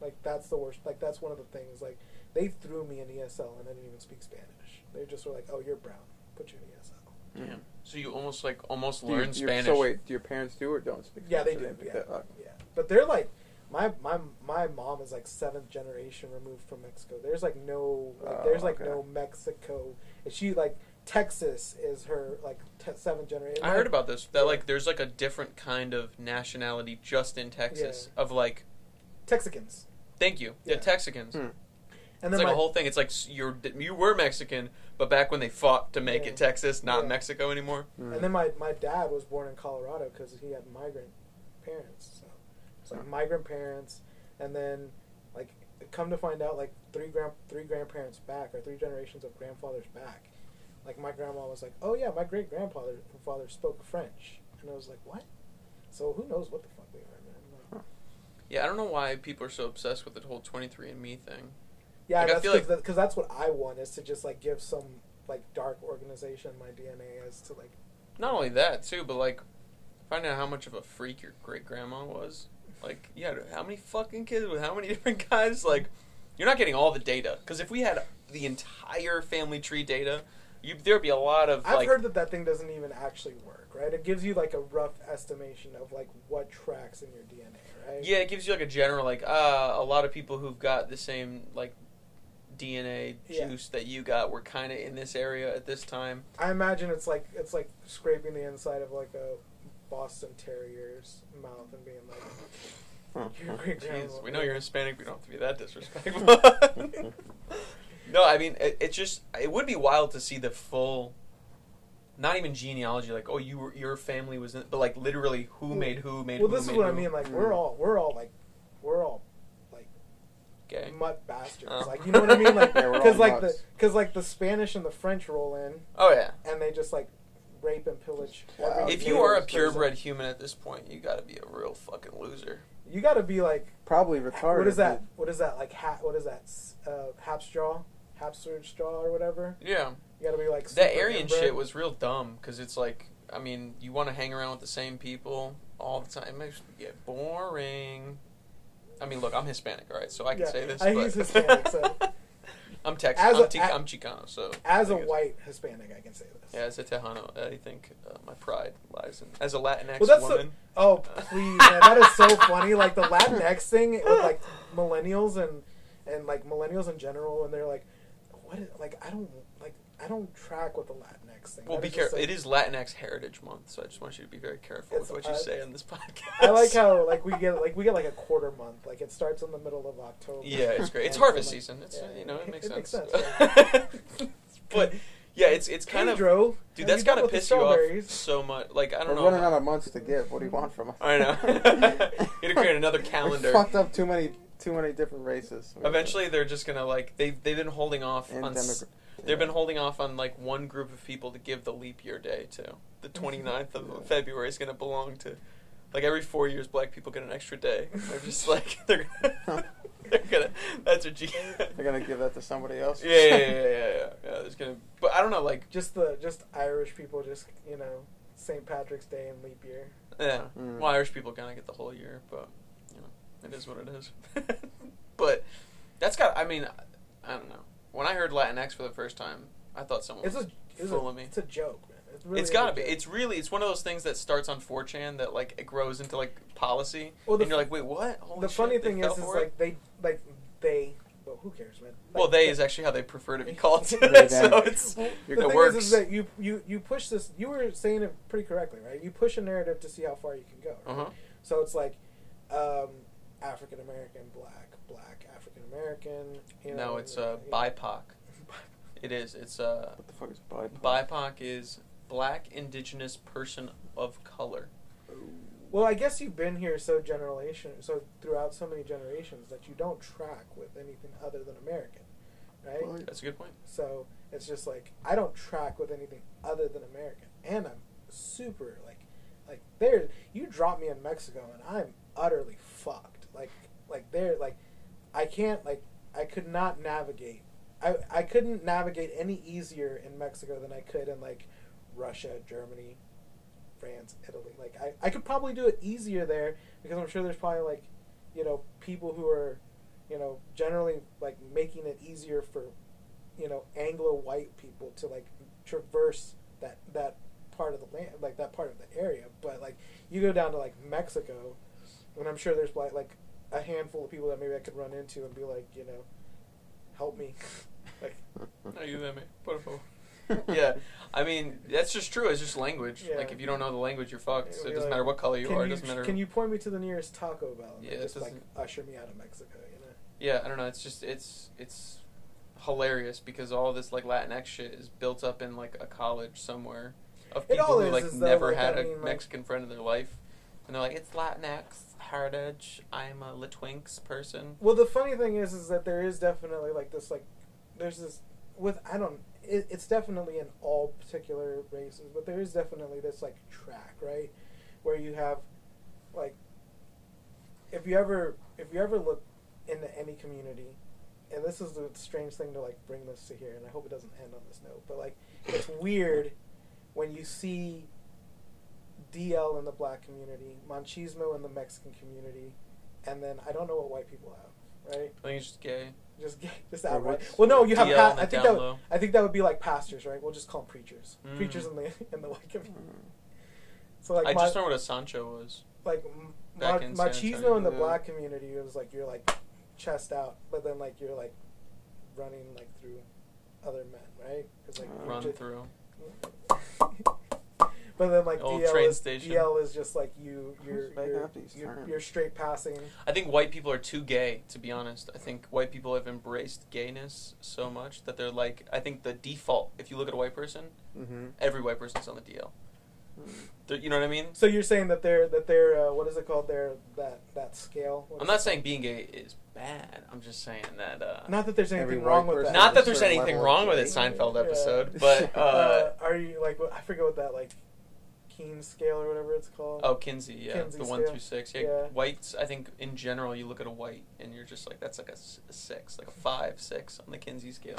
Speaker 4: Like that's the worst. Like that's one of the things. Like they threw me in ESL and I didn't even speak Spanish. They just were like, "Oh, you're brown. Put you in E ESL."
Speaker 3: Damn. [LAUGHS] So you almost like almost
Speaker 5: Do you-
Speaker 3: learn
Speaker 5: you-
Speaker 3: Spanish.
Speaker 5: So wait, do your parents do or don't speak?
Speaker 4: Yeah, they
Speaker 5: Spanish?
Speaker 4: do.
Speaker 5: pick
Speaker 4: Yeah,
Speaker 5: that up.
Speaker 4: yeah. But they're like, my my my mom is like seventh generation removed from Mexico. There's like no, like,
Speaker 5: Oh,
Speaker 4: there's like
Speaker 5: okay.
Speaker 4: no Mexico. And she like Texas is her like te- seventh generation.
Speaker 3: I heard about this. That like there's like a different kind of nationality just in Texas of like
Speaker 4: Texicans.
Speaker 3: thank you. Yeah,
Speaker 4: Yeah.
Speaker 3: Texicans.
Speaker 5: Hmm.
Speaker 4: And
Speaker 3: It's like
Speaker 4: my-
Speaker 3: a whole thing. It's like s- you're you were Mexican, but back when they fought to make
Speaker 4: Yeah.
Speaker 3: it Texas, not
Speaker 4: Yeah.
Speaker 3: Mexico anymore.
Speaker 5: Mm.
Speaker 4: And then my, my dad was born in Colorado because he had migrant parents. So it's like
Speaker 5: Huh.
Speaker 4: migrant parents, and then like come to find out, like three grand three grandparents back or three generations of grandfathers back. Like my grandma was like, "Oh yeah, my great grandfather father spoke French," and I was like, "What?" So who knows what the fuck they are, man? Like,
Speaker 3: Yeah, I don't know why people are so obsessed with the whole 23andMe thing.
Speaker 4: Yeah,
Speaker 3: Like, I
Speaker 4: that's
Speaker 3: feel
Speaker 4: because
Speaker 3: like-
Speaker 4: that's what I want is to just like give some like dark organization my DNA as to like
Speaker 3: Not only that too, but like finding out how much of a freak your great grandma was. Like, you had how many fucking kids with how many [LAUGHS] different guys? Like, you're not getting all the data because if we had the entire family tree data, you there'd be a lot of
Speaker 4: I've
Speaker 3: like.
Speaker 4: heard that that thing doesn't even actually work, right? It gives you like a rough estimation of like what tracks in your DNA, right?
Speaker 3: Yeah, it gives you like a general like uh, a lot of people who've got the same like DNA
Speaker 4: Yeah.
Speaker 3: juice that you got were kind of in this area at this time.
Speaker 4: I imagine it's like it's like scraping the inside of like a Boston Terrier's mouth and being like, [LAUGHS] "Your great grandma."
Speaker 3: Jeez, we know you're Hispanic. We don't have to be that
Speaker 4: [LAUGHS]
Speaker 3: disrespectful. no, I mean it, it's just it would be wild to see the full, not even genealogy. Like, oh, you were your family was in, but like literally who
Speaker 4: Well-
Speaker 3: made who made.
Speaker 4: Well,
Speaker 3: who
Speaker 4: this is
Speaker 3: made
Speaker 4: what I
Speaker 3: who.
Speaker 4: mean. Like
Speaker 5: Mm.
Speaker 4: we're all we're all like we're all
Speaker 3: Okay.
Speaker 4: mutt bastards.
Speaker 3: Oh.
Speaker 4: Like you know what I mean?
Speaker 3: [LAUGHS]
Speaker 4: Like
Speaker 3: Yeah, we're all
Speaker 4: because like the
Speaker 5: mutts.
Speaker 4: because like the Spanish and the French roll in
Speaker 3: Oh yeah.
Speaker 4: and they just like rape and pillage.
Speaker 5: Wow.
Speaker 4: every
Speaker 3: If you
Speaker 4: native
Speaker 3: are a
Speaker 4: person.
Speaker 3: purebred human at this point, you got to be a real fucking loser.
Speaker 4: you got to be like
Speaker 5: Probably retarded.
Speaker 4: What is that? What is that? Like, ha- what is that? S- Uh, Habsdraw? Habsburg straw or whatever?
Speaker 3: Yeah.
Speaker 4: You gotta be like.
Speaker 3: That
Speaker 4: super
Speaker 3: Aryan
Speaker 4: inbred.
Speaker 3: shit was real dumb because it's like, I mean, you want to hang around with the same people all the time. It makes you get boring. I mean, look, I'm Hispanic, all right, so I can
Speaker 4: Yeah,
Speaker 3: say this.
Speaker 4: I-
Speaker 3: but-
Speaker 4: [LAUGHS] he's Hispanic, so-
Speaker 3: [LAUGHS] I'm Texan.
Speaker 4: As
Speaker 3: I'm,
Speaker 4: a-
Speaker 3: Tic-
Speaker 4: a-
Speaker 3: I'm Chicano, so.
Speaker 4: As a
Speaker 3: I guess-
Speaker 4: white Hispanic, I can say this.
Speaker 3: Yeah, as a Tejano, I think uh, my pride lies in. As a Latinx
Speaker 4: Well, that's the-
Speaker 3: woman.
Speaker 4: Oh please, man, that is so funny. Like the Latinx thing with like millennials and and like millennials in general, and they're like, what? Is, like I don't like I don't track with the Latinx thing.
Speaker 3: well,
Speaker 4: That
Speaker 3: be
Speaker 4: just,
Speaker 3: careful.
Speaker 4: like-
Speaker 3: it is Latinx Heritage Month, so I just want you to be very careful with
Speaker 4: It's-
Speaker 3: what you
Speaker 4: I-
Speaker 3: say on this [LAUGHS] podcast.
Speaker 4: I like how like we get like we get like a quarter month. Like it starts in the middle of October.
Speaker 3: Yeah, it's great. It's
Speaker 4: And so,
Speaker 3: harvest
Speaker 4: like,
Speaker 3: season. It's
Speaker 4: yeah,
Speaker 3: you know it
Speaker 4: [LAUGHS]
Speaker 3: makes sense. [LAUGHS]
Speaker 4: right?
Speaker 3: but yeah, it's it's kind of
Speaker 4: Pedro,
Speaker 3: dude.
Speaker 4: have
Speaker 3: That's
Speaker 4: you
Speaker 3: gotta
Speaker 4: dealt with the
Speaker 3: piss you off
Speaker 4: strawberries?
Speaker 3: so much. Like I don't
Speaker 5: We're
Speaker 3: know.
Speaker 5: running out of months to give. What do you want from us?
Speaker 3: I know. [LAUGHS] You're gonna create another
Speaker 5: [LAUGHS] We
Speaker 3: calendar.
Speaker 5: fucked up too many, too many different races.
Speaker 3: Eventually, they're just gonna like they they've been holding off
Speaker 5: And
Speaker 3: on s-
Speaker 5: demogra-
Speaker 3: they've been holding off on like one group of people to give the leap year day to.
Speaker 4: [LAUGHS]
Speaker 3: The 29th of
Speaker 5: Yeah.
Speaker 3: February is gonna belong to. Like every four years, black people get an extra day. They're
Speaker 4: [LAUGHS]
Speaker 3: just like they're gonna, [LAUGHS] they're gonna. That's what you. [LAUGHS]
Speaker 5: They're gonna give that to somebody else.
Speaker 3: yeah, yeah, yeah, yeah, yeah, yeah. There's gonna, but I don't know, like,
Speaker 4: just the just Irish people, just you know, St. Patrick's Day and leap year.
Speaker 3: yeah.
Speaker 5: Mm.
Speaker 3: Well, Irish people kind of get the whole year, but you know, it is what it is. [LAUGHS] but that's got. I mean, I don't know. When I heard Latinx for the first time, I thought someone
Speaker 4: It's
Speaker 3: was
Speaker 4: a it's, a,
Speaker 3: fooling Oh, me.
Speaker 4: it's a joke, man. It's really
Speaker 3: it's gotta
Speaker 4: a
Speaker 3: be.
Speaker 4: joke.
Speaker 3: It's really. It's one of those things that starts on 4chan that like it grows into like policy,
Speaker 4: Well, the
Speaker 3: and you're
Speaker 4: f-
Speaker 3: like, wait, what? Holy
Speaker 4: the
Speaker 3: shit,
Speaker 4: funny
Speaker 3: they
Speaker 4: thing
Speaker 3: fell
Speaker 4: is, is
Speaker 3: for it?
Speaker 4: like they like they. Well, who cares, man? Like,
Speaker 3: well, they is actually [LAUGHS] how they prefer
Speaker 4: [LAUGHS]
Speaker 3: to be called. [LAUGHS] so
Speaker 5: They don't.
Speaker 3: it's
Speaker 4: Well,
Speaker 3: it
Speaker 4: [LAUGHS] the thing
Speaker 3: works.
Speaker 4: Is, is that you you you push this. You were saying it pretty correctly, right? You push a narrative to see how far you can go. Right?
Speaker 3: uh-huh.
Speaker 4: So it's like um, African American, black, black African American. You know,
Speaker 3: no, it's
Speaker 4: [LAUGHS]
Speaker 3: uh,
Speaker 4: you know.
Speaker 3: BIPOC. It is. It's uh,
Speaker 5: [LAUGHS] What the fuck is BIPOC? [LAUGHS]
Speaker 3: BIPOC is Black Indigenous Person of Color.
Speaker 4: Well, I guess you've been here so generation, so throughout so many generations that you don't track with anything other than American, right?
Speaker 5: Well,
Speaker 3: That's a good point.
Speaker 4: So it's just like I don't track with anything other than American, and I'm super like, like there. You drop me in Mexico, and I'm utterly fucked. Like, like there, like I can't like I could not navigate. I I couldn't navigate any easier in Mexico than I could in like Russia, Germany, France, Italy. Like I I could probably do it easier there because I'm sure there's probably like you know people who are you know generally like making it easier for you know Anglo white people to like traverse that that part of the land like that part of the area but like you go down to like Mexico and I'm sure there's like like a handful of people that maybe I could run into and be like you know help me [LAUGHS] like
Speaker 5: [LAUGHS]
Speaker 3: yeah, I mean that's just true. It's just language.
Speaker 4: Yeah.
Speaker 3: Like if you don't know the language, you're fucked.
Speaker 4: It'll
Speaker 3: So it
Speaker 4: be
Speaker 3: doesn't
Speaker 4: like,
Speaker 3: matter what color you
Speaker 4: can
Speaker 3: are.
Speaker 4: you
Speaker 3: it doesn't matter.
Speaker 4: can you point me to the nearest Taco Bell and
Speaker 3: Yeah, it
Speaker 4: just like
Speaker 3: doesn't-
Speaker 4: usher me out of Mexico you know
Speaker 3: Yeah, I don't know. It's just it's it's hilarious because all this like Latinx shit is built up in like a college somewhere of
Speaker 4: It
Speaker 3: people
Speaker 4: all
Speaker 3: who
Speaker 4: is,
Speaker 3: like
Speaker 4: is though,
Speaker 3: never
Speaker 4: like,
Speaker 3: had
Speaker 4: I
Speaker 3: a
Speaker 4: mean, like-
Speaker 3: Mexican friend in their life, and they're like, "It's Latinx heritage. I'm a Latwinx person."
Speaker 4: Well, the funny thing is, is that there is definitely like this, like there's this with I don't. It, it's definitely in all particular races, but there is definitely this like track right where you have like if you ever if you ever look into any community, and this is the strange thing to like bring this to here, and I hope it doesn't end on this note, but like it's weird when you see DL in the black community, Machismo in the Mexican community, and then I don't know what white people have, right?
Speaker 3: I think it's just gay.
Speaker 4: Just gay, [LAUGHS] just
Speaker 5: Or
Speaker 4: outright.
Speaker 5: what's-
Speaker 4: Well, no, you have.
Speaker 3: DL
Speaker 4: Pa-
Speaker 3: on the
Speaker 4: I think
Speaker 3: down
Speaker 4: that. Would,
Speaker 3: low.
Speaker 4: I think that would be like pastors, right? We'll just call them preachers.
Speaker 3: Mm.
Speaker 4: Preachers in the [LAUGHS] in the white community.
Speaker 5: Mm.
Speaker 4: So like
Speaker 3: I
Speaker 4: my,
Speaker 3: just remember what a Sancho was.
Speaker 4: like m-
Speaker 3: Back
Speaker 4: ma-
Speaker 3: in San
Speaker 4: machismo in the
Speaker 5: Antonio.
Speaker 4: black community it was like you're like chest out but then like you're like running like through other men right 'Cause, like,
Speaker 5: Uh,
Speaker 4: you
Speaker 3: Run
Speaker 4: ju-
Speaker 3: through.
Speaker 4: [LAUGHS] but then like
Speaker 3: The old
Speaker 4: DL,
Speaker 3: train
Speaker 4: is,
Speaker 3: station.
Speaker 4: DL is just like you you're
Speaker 5: Who's making
Speaker 4: you're,
Speaker 5: up these
Speaker 4: you're,
Speaker 5: terms?
Speaker 4: you're straight passing
Speaker 3: I think white people are too gay, to be honest. I think white people have embraced gayness so much that they're like, I think the default, if you look at a white person,
Speaker 5: Mm-hmm.
Speaker 3: every white person's on the DL. They're- you know what I mean?
Speaker 4: so you're saying that they're that they're uh, what is it called their that that scale What
Speaker 3: I'm
Speaker 4: is
Speaker 3: not
Speaker 4: it
Speaker 3: saying being gay is bad. I'm just saying that. Uh,
Speaker 4: called? not that there's
Speaker 5: Every
Speaker 4: anything
Speaker 5: white
Speaker 4: wrong with
Speaker 5: person
Speaker 4: that
Speaker 3: not that
Speaker 5: There's
Speaker 3: there's
Speaker 5: a certain
Speaker 3: anything
Speaker 5: level of
Speaker 3: wrong with it,
Speaker 5: gay.
Speaker 3: Seinfeld
Speaker 4: Yeah.
Speaker 3: episode, but.
Speaker 5: Uh,
Speaker 3: Uh,
Speaker 4: [LAUGHS] uh, are you like what- I forget what that like Keen scale or whatever it's called
Speaker 3: Oh, Kinsey, yeah,
Speaker 4: Kinsey
Speaker 3: the one
Speaker 4: scale.
Speaker 3: through six. Yeah,
Speaker 4: Yeah.
Speaker 3: whites. I think in general, you look at a white and you're just like, that's like a, s- a six, like a five, six on the Kinsey scale.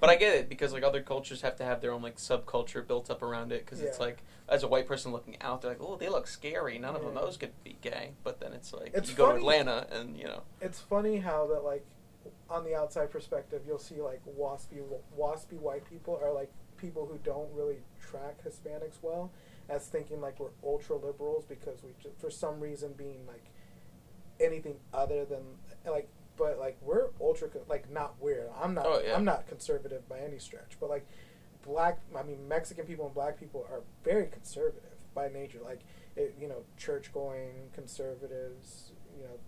Speaker 3: But I get it because like other cultures have to have their own like subculture built up around it because it's
Speaker 4: Yeah.
Speaker 3: like as a white person looking out, they're like, oh, they look scary. None of them
Speaker 4: Yeah.
Speaker 3: those could be gay. But then it's like
Speaker 4: It's
Speaker 3: you go to
Speaker 4: funny.
Speaker 3: Atlanta and you know,
Speaker 4: it's funny how that like on the outside perspective you'll see like waspy waspy white people are like people who don't really track hispanics well as thinking like we're ultra liberals because we ju- for some reason being like anything other than like but like we're ultra con- like not weird i'm not
Speaker 3: Oh, yeah.
Speaker 4: i'm not conservative by any stretch but like black i mean mexican people and black people are very conservative by nature like it, you know church going conservatives you know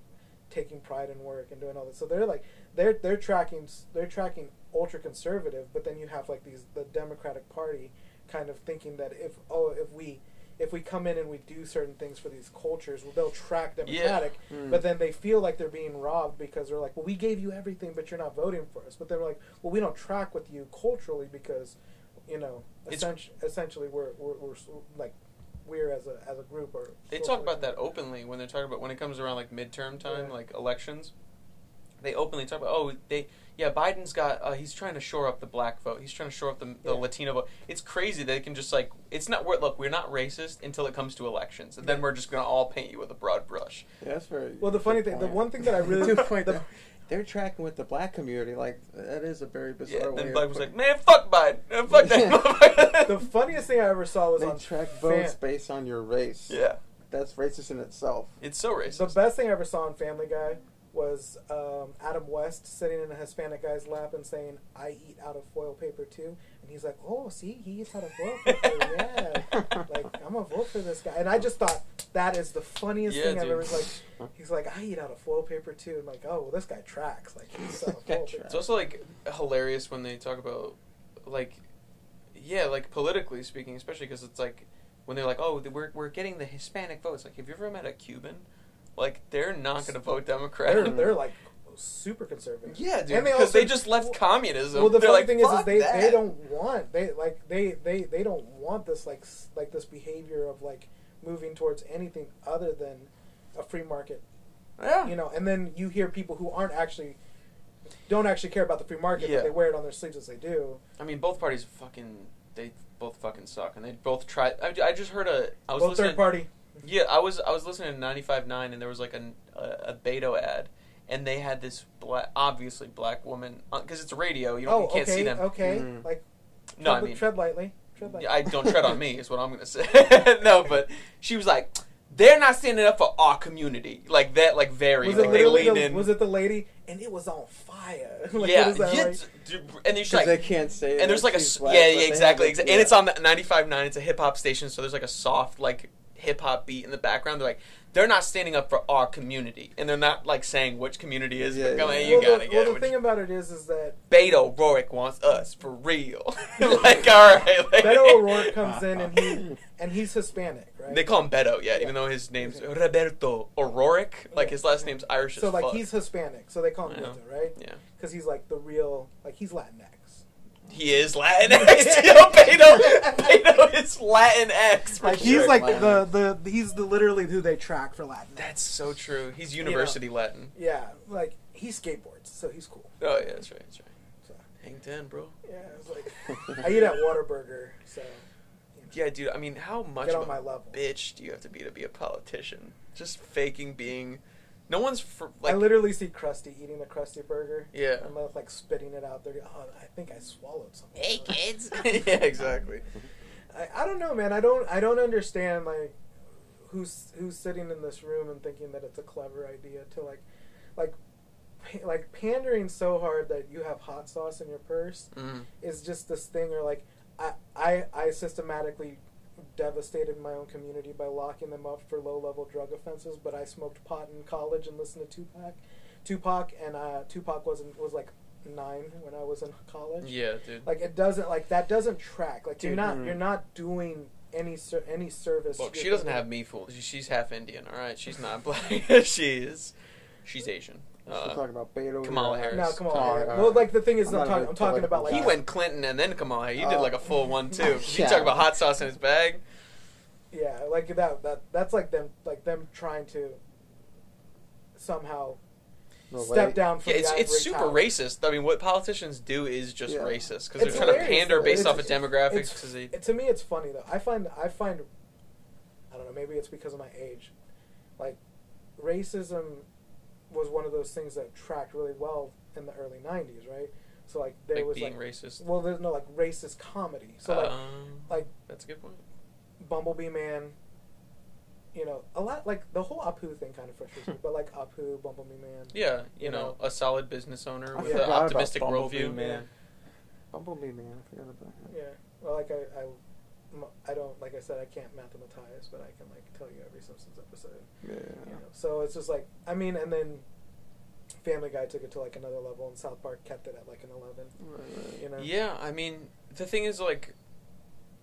Speaker 4: taking pride in work and doing all this so they're like they're they're tracking s- they're tracking ultra conservative but then you have like these the democratic party kind of thinking that if oh if we if we come in and we do certain things for these cultures well, they'll track democratic
Speaker 3: Hmm.
Speaker 5: Mm.
Speaker 4: but then they feel like they're being robbed because they're like, well, we gave you everything, but you're not voting for us. But they're like, well, we don't track with you culturally because, you know,
Speaker 3: It's-
Speaker 4: essentially, essentially we're, we're, we're s- like, we're as a, as a group or.
Speaker 3: they talk about that openly when they're talking about when it comes around like midterm time,
Speaker 4: Yeah.
Speaker 3: like elections. They openly talk about oh they yeah Biden's got uh, he's trying to shore up the black vote. He's trying to shore up the, the
Speaker 4: Yeah.
Speaker 3: Latino vote. It's crazy they can just like it's not we're, look we're not racist until it comes to elections, and then
Speaker 4: Yeah.
Speaker 3: we're just gonna all paint you with a broad brush.
Speaker 5: Yeah, that's very.
Speaker 4: Well, the funny thing- the one thing that I
Speaker 5: [LAUGHS]
Speaker 4: really-
Speaker 5: Good point,
Speaker 4: the-
Speaker 5: though. they're tracking with the black community. Like that is a very bizarre
Speaker 3: Yeah,
Speaker 5: way.
Speaker 3: then
Speaker 5: of
Speaker 3: Black was like
Speaker 5: putting-
Speaker 3: man fuck Biden, Uh, fuck that. motherfucker."
Speaker 4: [LAUGHS] The funniest thing I ever saw was
Speaker 5: they
Speaker 4: on
Speaker 5: track
Speaker 4: Fan-
Speaker 5: votes based on your race.
Speaker 3: [LAUGHS] yeah,
Speaker 5: that's racist in itself.
Speaker 3: it's so
Speaker 4: The
Speaker 3: racist.
Speaker 4: best thing I ever saw on Family Guy was um, Adam West sitting in a Hispanic guy's lap and saying, "I eat out of foil paper too," and he's like, "Oh, see, he eats out of foil
Speaker 3: [LAUGHS]
Speaker 4: paper. Yeah, like I'm gonna vote for this guy." And I just thought that is the funniest
Speaker 3: Yeah,
Speaker 4: thing I've
Speaker 3: dude.
Speaker 4: ever. Like, he's like, "I eat out of foil paper too," and like, "Oh, well, this guy tracks. Like, he eats
Speaker 3: [LAUGHS]
Speaker 4: out of
Speaker 5: Guy
Speaker 4: foil paper."
Speaker 5: tracks.
Speaker 3: It's also like hilarious when they talk about like yeah, like politically speaking, especially because it's like when they're like, "Oh, we're we're getting the Hispanic votes." Like, have you ever met a Cuban? Like, they're not going to vote Democrat.
Speaker 4: They're, they're like super
Speaker 3: [LAUGHS]
Speaker 4: conservative.
Speaker 3: yeah, dude,
Speaker 4: And they
Speaker 3: because
Speaker 4: also-
Speaker 3: they just left communism.
Speaker 4: Well, the
Speaker 3: They're
Speaker 4: funny
Speaker 3: like,
Speaker 4: thing is, is
Speaker 3: "Fuck
Speaker 4: they,
Speaker 3: that."
Speaker 4: they don't want they like they, they they don't want this like s- like this behavior of like moving towards anything other than a free market,
Speaker 3: Yeah.
Speaker 4: you know. And then you hear people who aren't actually don't actually care about the free market,
Speaker 3: Yeah.
Speaker 4: but they wear it on their sleeves as they do.
Speaker 3: I mean, both parties fucking they both fucking suck, and they both try. I, I just heard a I was
Speaker 4: Both
Speaker 3: listening.
Speaker 4: third party.
Speaker 3: Yeah, I was I was listening to 95.9 and there was like an, a a Beto ad and they had this black, obviously black woman because it's radio. You, don't,
Speaker 4: oh,
Speaker 3: you can't
Speaker 4: okay,
Speaker 3: see them.
Speaker 4: okay.
Speaker 5: Mm.
Speaker 3: Mm-hmm.
Speaker 4: Like
Speaker 3: No, I
Speaker 4: tread-
Speaker 3: mean,
Speaker 4: tread lightly. Tread lightly.
Speaker 3: I don't tread on me is what I'm gonna say. [LAUGHS] no, but she was like, they're not standing up for our community like that. Like very,
Speaker 4: was
Speaker 3: like
Speaker 4: it
Speaker 3: they
Speaker 4: literally
Speaker 3: lean
Speaker 4: the,
Speaker 3: in.
Speaker 4: was it the lady and it was on fire? [LAUGHS] like,
Speaker 3: yeah,
Speaker 4: what is that,
Speaker 3: yeah,
Speaker 4: like?
Speaker 3: d- d- and there's
Speaker 5: 'Cause
Speaker 3: like
Speaker 5: they can't say. that
Speaker 3: and there's like a
Speaker 5: she's
Speaker 3: s-
Speaker 5: black,
Speaker 3: yeah,
Speaker 5: but
Speaker 3: yeah
Speaker 5: they
Speaker 3: exactly,
Speaker 5: have
Speaker 3: exa-
Speaker 5: a-
Speaker 3: and it's
Speaker 5: yeah.
Speaker 3: on the 95.9 it's a hip hop station so there's like a soft like hip hop beat in the background they're like they're not standing up for our community and they're not like saying which community is
Speaker 5: Yeah,
Speaker 3: but come
Speaker 5: yeah.
Speaker 3: on,
Speaker 5: Hey,
Speaker 3: you
Speaker 4: well,
Speaker 3: gotta
Speaker 4: the,
Speaker 3: get
Speaker 4: well,
Speaker 3: it.
Speaker 4: the
Speaker 3: Which-
Speaker 4: thing about it is, is that
Speaker 3: Beto O'Rourke wants us for real [LAUGHS]
Speaker 4: [LAUGHS]
Speaker 3: like all right like, [LAUGHS]
Speaker 4: Beto O'Rourke comes in and he and he's Hispanic, right?
Speaker 3: they call him Beto yeah, even
Speaker 4: Yeah.
Speaker 3: though his name's
Speaker 4: Okay.
Speaker 3: Roberto O'Rourke like
Speaker 4: Yeah.
Speaker 3: his last name's Irish
Speaker 4: so
Speaker 3: as
Speaker 4: like
Speaker 3: fuck.
Speaker 4: he's Hispanic, so they call him
Speaker 3: Yeah.
Speaker 4: Beto, right?
Speaker 3: yeah
Speaker 4: Because he's like the real, like he's Latinx.
Speaker 3: he is
Speaker 4: [LAUGHS]
Speaker 3: Latinx too Beto Beto is Latinx for
Speaker 4: Like
Speaker 3: sure.
Speaker 4: he's like
Speaker 5: Latinx.
Speaker 4: the the he's the literally who they track for Latinx.
Speaker 3: that's so true he's
Speaker 4: know.
Speaker 3: university Latin
Speaker 4: yeah, like he skateboards, so he's cool.
Speaker 3: Oh yeah, that's right. That's right.
Speaker 4: So.
Speaker 3: Hang ten, bro.
Speaker 4: Yeah, I was like, I eat at Waterburger, so
Speaker 3: Yeah, dude. I mean, how much
Speaker 4: Get on
Speaker 3: of
Speaker 4: my
Speaker 3: a
Speaker 4: level.
Speaker 3: bitch do you have to be to be a politician? Just faking being. No one's for,
Speaker 4: I
Speaker 3: like.
Speaker 4: literally see Krusty eating the Krusty Burger.
Speaker 3: Yeah.
Speaker 4: I'm like, like spitting it out there. Oh, I think I swallowed something.
Speaker 3: [LAUGHS] Hey kids. [LAUGHS] yeah,
Speaker 4: [LAUGHS]
Speaker 3: exactly.
Speaker 4: I, I don't know, man. I don't I don't understand like who's who's sitting in this room and thinking that it's a clever idea to like like pa- like pandering so hard that you have hot sauce in your purse
Speaker 3: Mm.
Speaker 4: is just this thing or like I I I systematically devastated my own community by locking them up for low level drug offenses, but I smoked pot in college and listened to Tupac. Tupac and uh, Tupac wasn't was like nine when I was in college
Speaker 3: Yeah, dude.
Speaker 4: like it doesn't like that doesn't track like you're
Speaker 3: Dude.
Speaker 4: not
Speaker 5: Mhm.
Speaker 4: you're not doing any ser- any service
Speaker 3: Look,
Speaker 4: to
Speaker 3: she
Speaker 4: your
Speaker 3: doesn't have
Speaker 4: community.
Speaker 3: me fooled. She- She's half Indian, all right? She's not [LAUGHS] black. she is. She's Asian.
Speaker 5: We're still
Speaker 3: Uh,
Speaker 5: talking about Beto.
Speaker 3: Kamala Harris.
Speaker 4: no come on
Speaker 5: Sorry,
Speaker 4: Aaron.
Speaker 5: uh,
Speaker 4: well like the thing is i'm,
Speaker 5: I'm not a
Speaker 4: talking,
Speaker 5: big
Speaker 4: I'm talking about like
Speaker 5: political
Speaker 3: he went Clinton and then Kamala. You did
Speaker 4: Oh.
Speaker 3: like a full one,
Speaker 4: [LAUGHS]
Speaker 3: too. You
Speaker 5: Yeah.
Speaker 3: talk about hot sauce in his bag.
Speaker 4: yeah like that that that's like them like them trying to somehow
Speaker 5: Relate.
Speaker 4: step down from
Speaker 3: Yeah, it's,
Speaker 4: the
Speaker 3: it's
Speaker 4: ivory
Speaker 3: super
Speaker 4: tower.
Speaker 3: racist. I mean, what politicians do is just
Speaker 5: Yeah.
Speaker 3: racist because they're
Speaker 4: It's
Speaker 3: trying to
Speaker 4: hilarious,
Speaker 3: pander
Speaker 4: though.
Speaker 3: based
Speaker 4: It's
Speaker 3: off of
Speaker 4: just-
Speaker 3: demographics.
Speaker 4: it's-
Speaker 3: 'cause they,
Speaker 4: it- to me it's funny though i find i find i don't know maybe it's because of my age like racism was one of those things that tracked really well in the early 90s right so like there
Speaker 3: like
Speaker 4: was
Speaker 3: being
Speaker 4: like
Speaker 3: racist.
Speaker 4: Well, there's no like racist comedy. So like
Speaker 3: Um,
Speaker 4: like
Speaker 3: that's a good point.
Speaker 4: Bumblebee Man, you know, a lot like the whole Apu thing kind of frustrates me.
Speaker 3: [LAUGHS]
Speaker 4: But like Apu, Bumblebee Man.
Speaker 3: Yeah, you,
Speaker 4: you
Speaker 3: know,
Speaker 4: know.
Speaker 3: a solid business owner
Speaker 5: I
Speaker 3: with an
Speaker 5: forgot about
Speaker 3: optimistic
Speaker 5: Bumblebee
Speaker 3: worldview.
Speaker 5: Man. Bumblebee man, I forgot about him.
Speaker 4: Yeah. Well, like I, I, m- I don't like I said I can't mathematize, but I can like tell you every Simpsons episode. You know? So it's just like I mean, and then Family Guy took it to like another level, and South Park kept it at like an eleven. You know.
Speaker 3: Yeah, I mean, the thing is, like,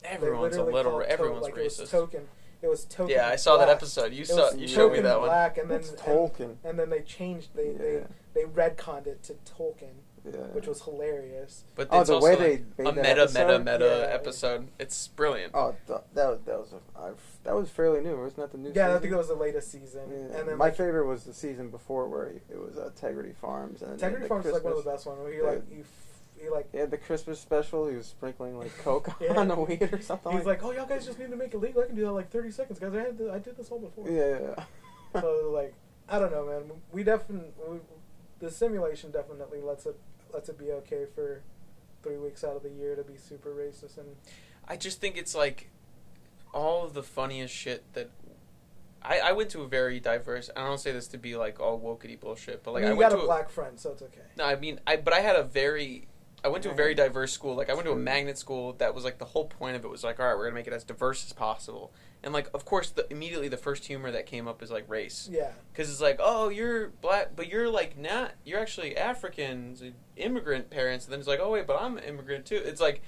Speaker 4: They
Speaker 3: everyone's a
Speaker 4: literally
Speaker 3: little,
Speaker 4: called to-
Speaker 3: everyone's
Speaker 4: like, It
Speaker 3: racist.
Speaker 4: was token. It was token.
Speaker 3: Yeah, I saw that
Speaker 4: black.
Speaker 3: episode. You
Speaker 4: It
Speaker 3: saw,
Speaker 4: was
Speaker 3: you showed me
Speaker 4: Tolkien
Speaker 3: that one.
Speaker 4: Black, and then
Speaker 5: It's
Speaker 4: and-
Speaker 5: Tolkien.
Speaker 4: And, then they changed. They
Speaker 5: Yeah.
Speaker 4: they they redconned it to Tolkien,
Speaker 5: Yeah.
Speaker 4: which was hilarious.
Speaker 3: But
Speaker 5: Oh,
Speaker 3: it's
Speaker 5: the
Speaker 3: also
Speaker 5: way
Speaker 3: like
Speaker 5: they
Speaker 3: a
Speaker 5: made that
Speaker 3: meta, meta,
Speaker 5: episode?
Speaker 3: meta
Speaker 4: Yeah.
Speaker 3: episode. It's brilliant.
Speaker 5: Oh, th- that was that was a, I, that was fairly new. Wasn't that the new?
Speaker 4: yeah, I
Speaker 5: season?
Speaker 4: think that was the latest season.
Speaker 5: Yeah.
Speaker 4: And then
Speaker 5: my
Speaker 4: like,
Speaker 5: favorite was the season before where he- it was uh, Tegrity Farms and they had
Speaker 4: Integrity
Speaker 5: the
Speaker 4: Farms is like one of the
Speaker 5: Christmas-
Speaker 4: best ones. Where he
Speaker 5: the-
Speaker 4: like you, f- he like
Speaker 5: They had the Christmas special. He was sprinkling
Speaker 4: [LAUGHS]
Speaker 5: like coke [LAUGHS]
Speaker 4: Yeah.
Speaker 5: on the weed or something.
Speaker 4: he's like, oh y'all guys just need to make it legal. I can do that in, like thirty seconds, guys. I had to, I did this all before. [LAUGHS]
Speaker 5: yeah.
Speaker 4: so like I don't know, man. We definitely the simulation definitely lets it lets it be okay for three weeks out of the year to be super racist and
Speaker 3: I just think it's like all of the funniest shit that. I, I went to a very diverse. I don't say this to be like all wokey bullshit, but like
Speaker 4: I
Speaker 3: I,
Speaker 4: mean, you
Speaker 3: went
Speaker 4: got
Speaker 3: to
Speaker 4: a black friend, so it's okay.
Speaker 3: No, I mean, I but I had a very, I went to a very diverse school. Like I went to a
Speaker 5: True.
Speaker 3: magnet school that was like the whole point of it was like, all right, we're gonna make it as diverse as possible. And like, of course, the, immediately the first humor that came up is like race,
Speaker 4: Yeah,
Speaker 3: because it's like, oh, you're black, but you're like not, you're actually African, so immigrant parents. And then it's like, oh wait, but I'm an immigrant too. It's like,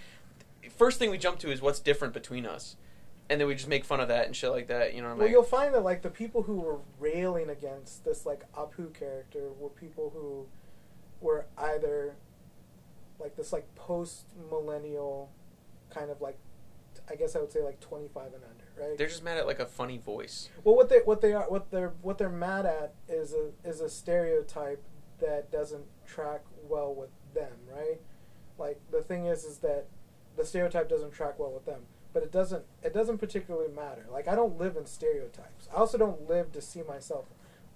Speaker 3: first thing we jump to is what's different between us, and then we just make fun of that and shit like that. You know what I'm
Speaker 4: well,
Speaker 3: like,
Speaker 4: you'll find that like the people who were railing against this like Apu character were people who were either like this like post millennial kind of like I guess I would say like twenty five and under, right?
Speaker 3: They're just mad at like a funny voice.
Speaker 4: well, what they what they are what they're what they're mad at is a is a stereotype that doesn't track well with them, right? Like the thing is, is that the stereotype doesn't track well with them, but it doesn't it doesn't particularly matter. Like I don't live in stereotypes. I also don't live to see myself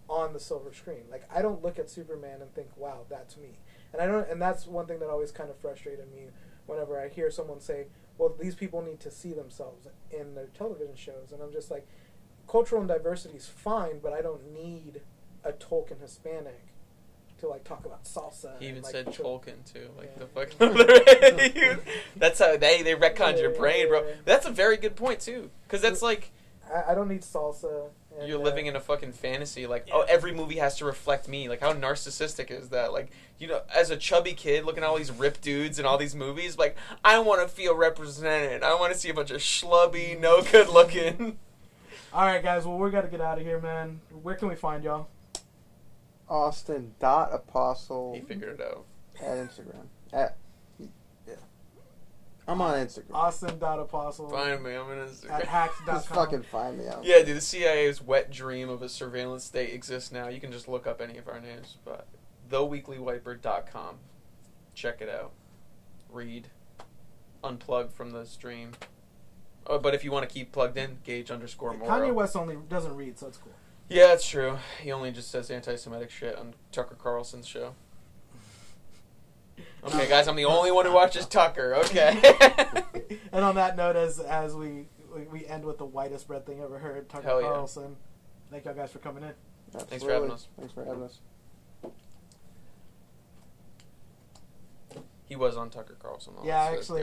Speaker 4: on the silver screen. Like I don't look at Superman and think, "Wow, that's me." And I don't and that's one thing that always kind of frustrated me whenever I hear someone say, "Well, these people need to see themselves in their television shows." And I'm just like, cultural and diversity is fine, but I don't need a Tolkien Hispanic to like talk about salsa.
Speaker 3: He
Speaker 4: and,
Speaker 3: even
Speaker 4: like,
Speaker 3: said
Speaker 4: to-
Speaker 3: Tolkien too, like
Speaker 4: Yeah.
Speaker 3: [LAUGHS] the fuck. [LAUGHS] that's how they they retconned your
Speaker 4: Yeah,
Speaker 3: brain, bro.
Speaker 4: yeah.
Speaker 3: That's a very good point too, because that's like
Speaker 4: I, I don't need salsa. And,
Speaker 3: you're
Speaker 4: uh,
Speaker 3: living in a fucking fantasy. Like, oh, every movie has to reflect me. Like, how narcissistic is that? Like, you know, as a chubby kid looking at all these ripped dudes in all these movies, like, I want to feel represented. I want to see a bunch of schlubby, no good looking.
Speaker 4: All right, guys. Well, we got to get out of here, man. Where can we find y'all?
Speaker 5: Austin dot apostle
Speaker 3: He figured it out.
Speaker 5: at Instagram at yeah. I'm on Instagram.
Speaker 4: Austin.apostle
Speaker 3: Find me. I'm in
Speaker 4: at
Speaker 3: Instagram. [LAUGHS]
Speaker 4: hacks.com.
Speaker 5: Just fucking find me out.
Speaker 3: Yeah, dude, the CIA's wet dream of a surveillance state exists now. You can just look up any of our names, but theweeklywiper.com. Check it out. Read. Unplug from the stream. Oh, but if you want to keep plugged in, Gage underscore Morrow.
Speaker 4: Kanye West only doesn't read, so it's cool.
Speaker 3: Yeah, that's true. He only just says anti-Semitic shit on Tucker Carlson's show. Okay, guys, I'm the only one who watches Tucker. Okay.
Speaker 4: [LAUGHS] And on that note, as as we we- we end with the whitest bread thing ever heard, Tucker
Speaker 3: Hell yeah.
Speaker 4: Carlson. Thank y'all guys for coming in.
Speaker 3: Thanks for having
Speaker 5: Absolutely.
Speaker 3: us.
Speaker 5: Thanks for having us.
Speaker 3: he was on Tucker Carlson. though,
Speaker 4: yeah,
Speaker 3: so
Speaker 4: actually,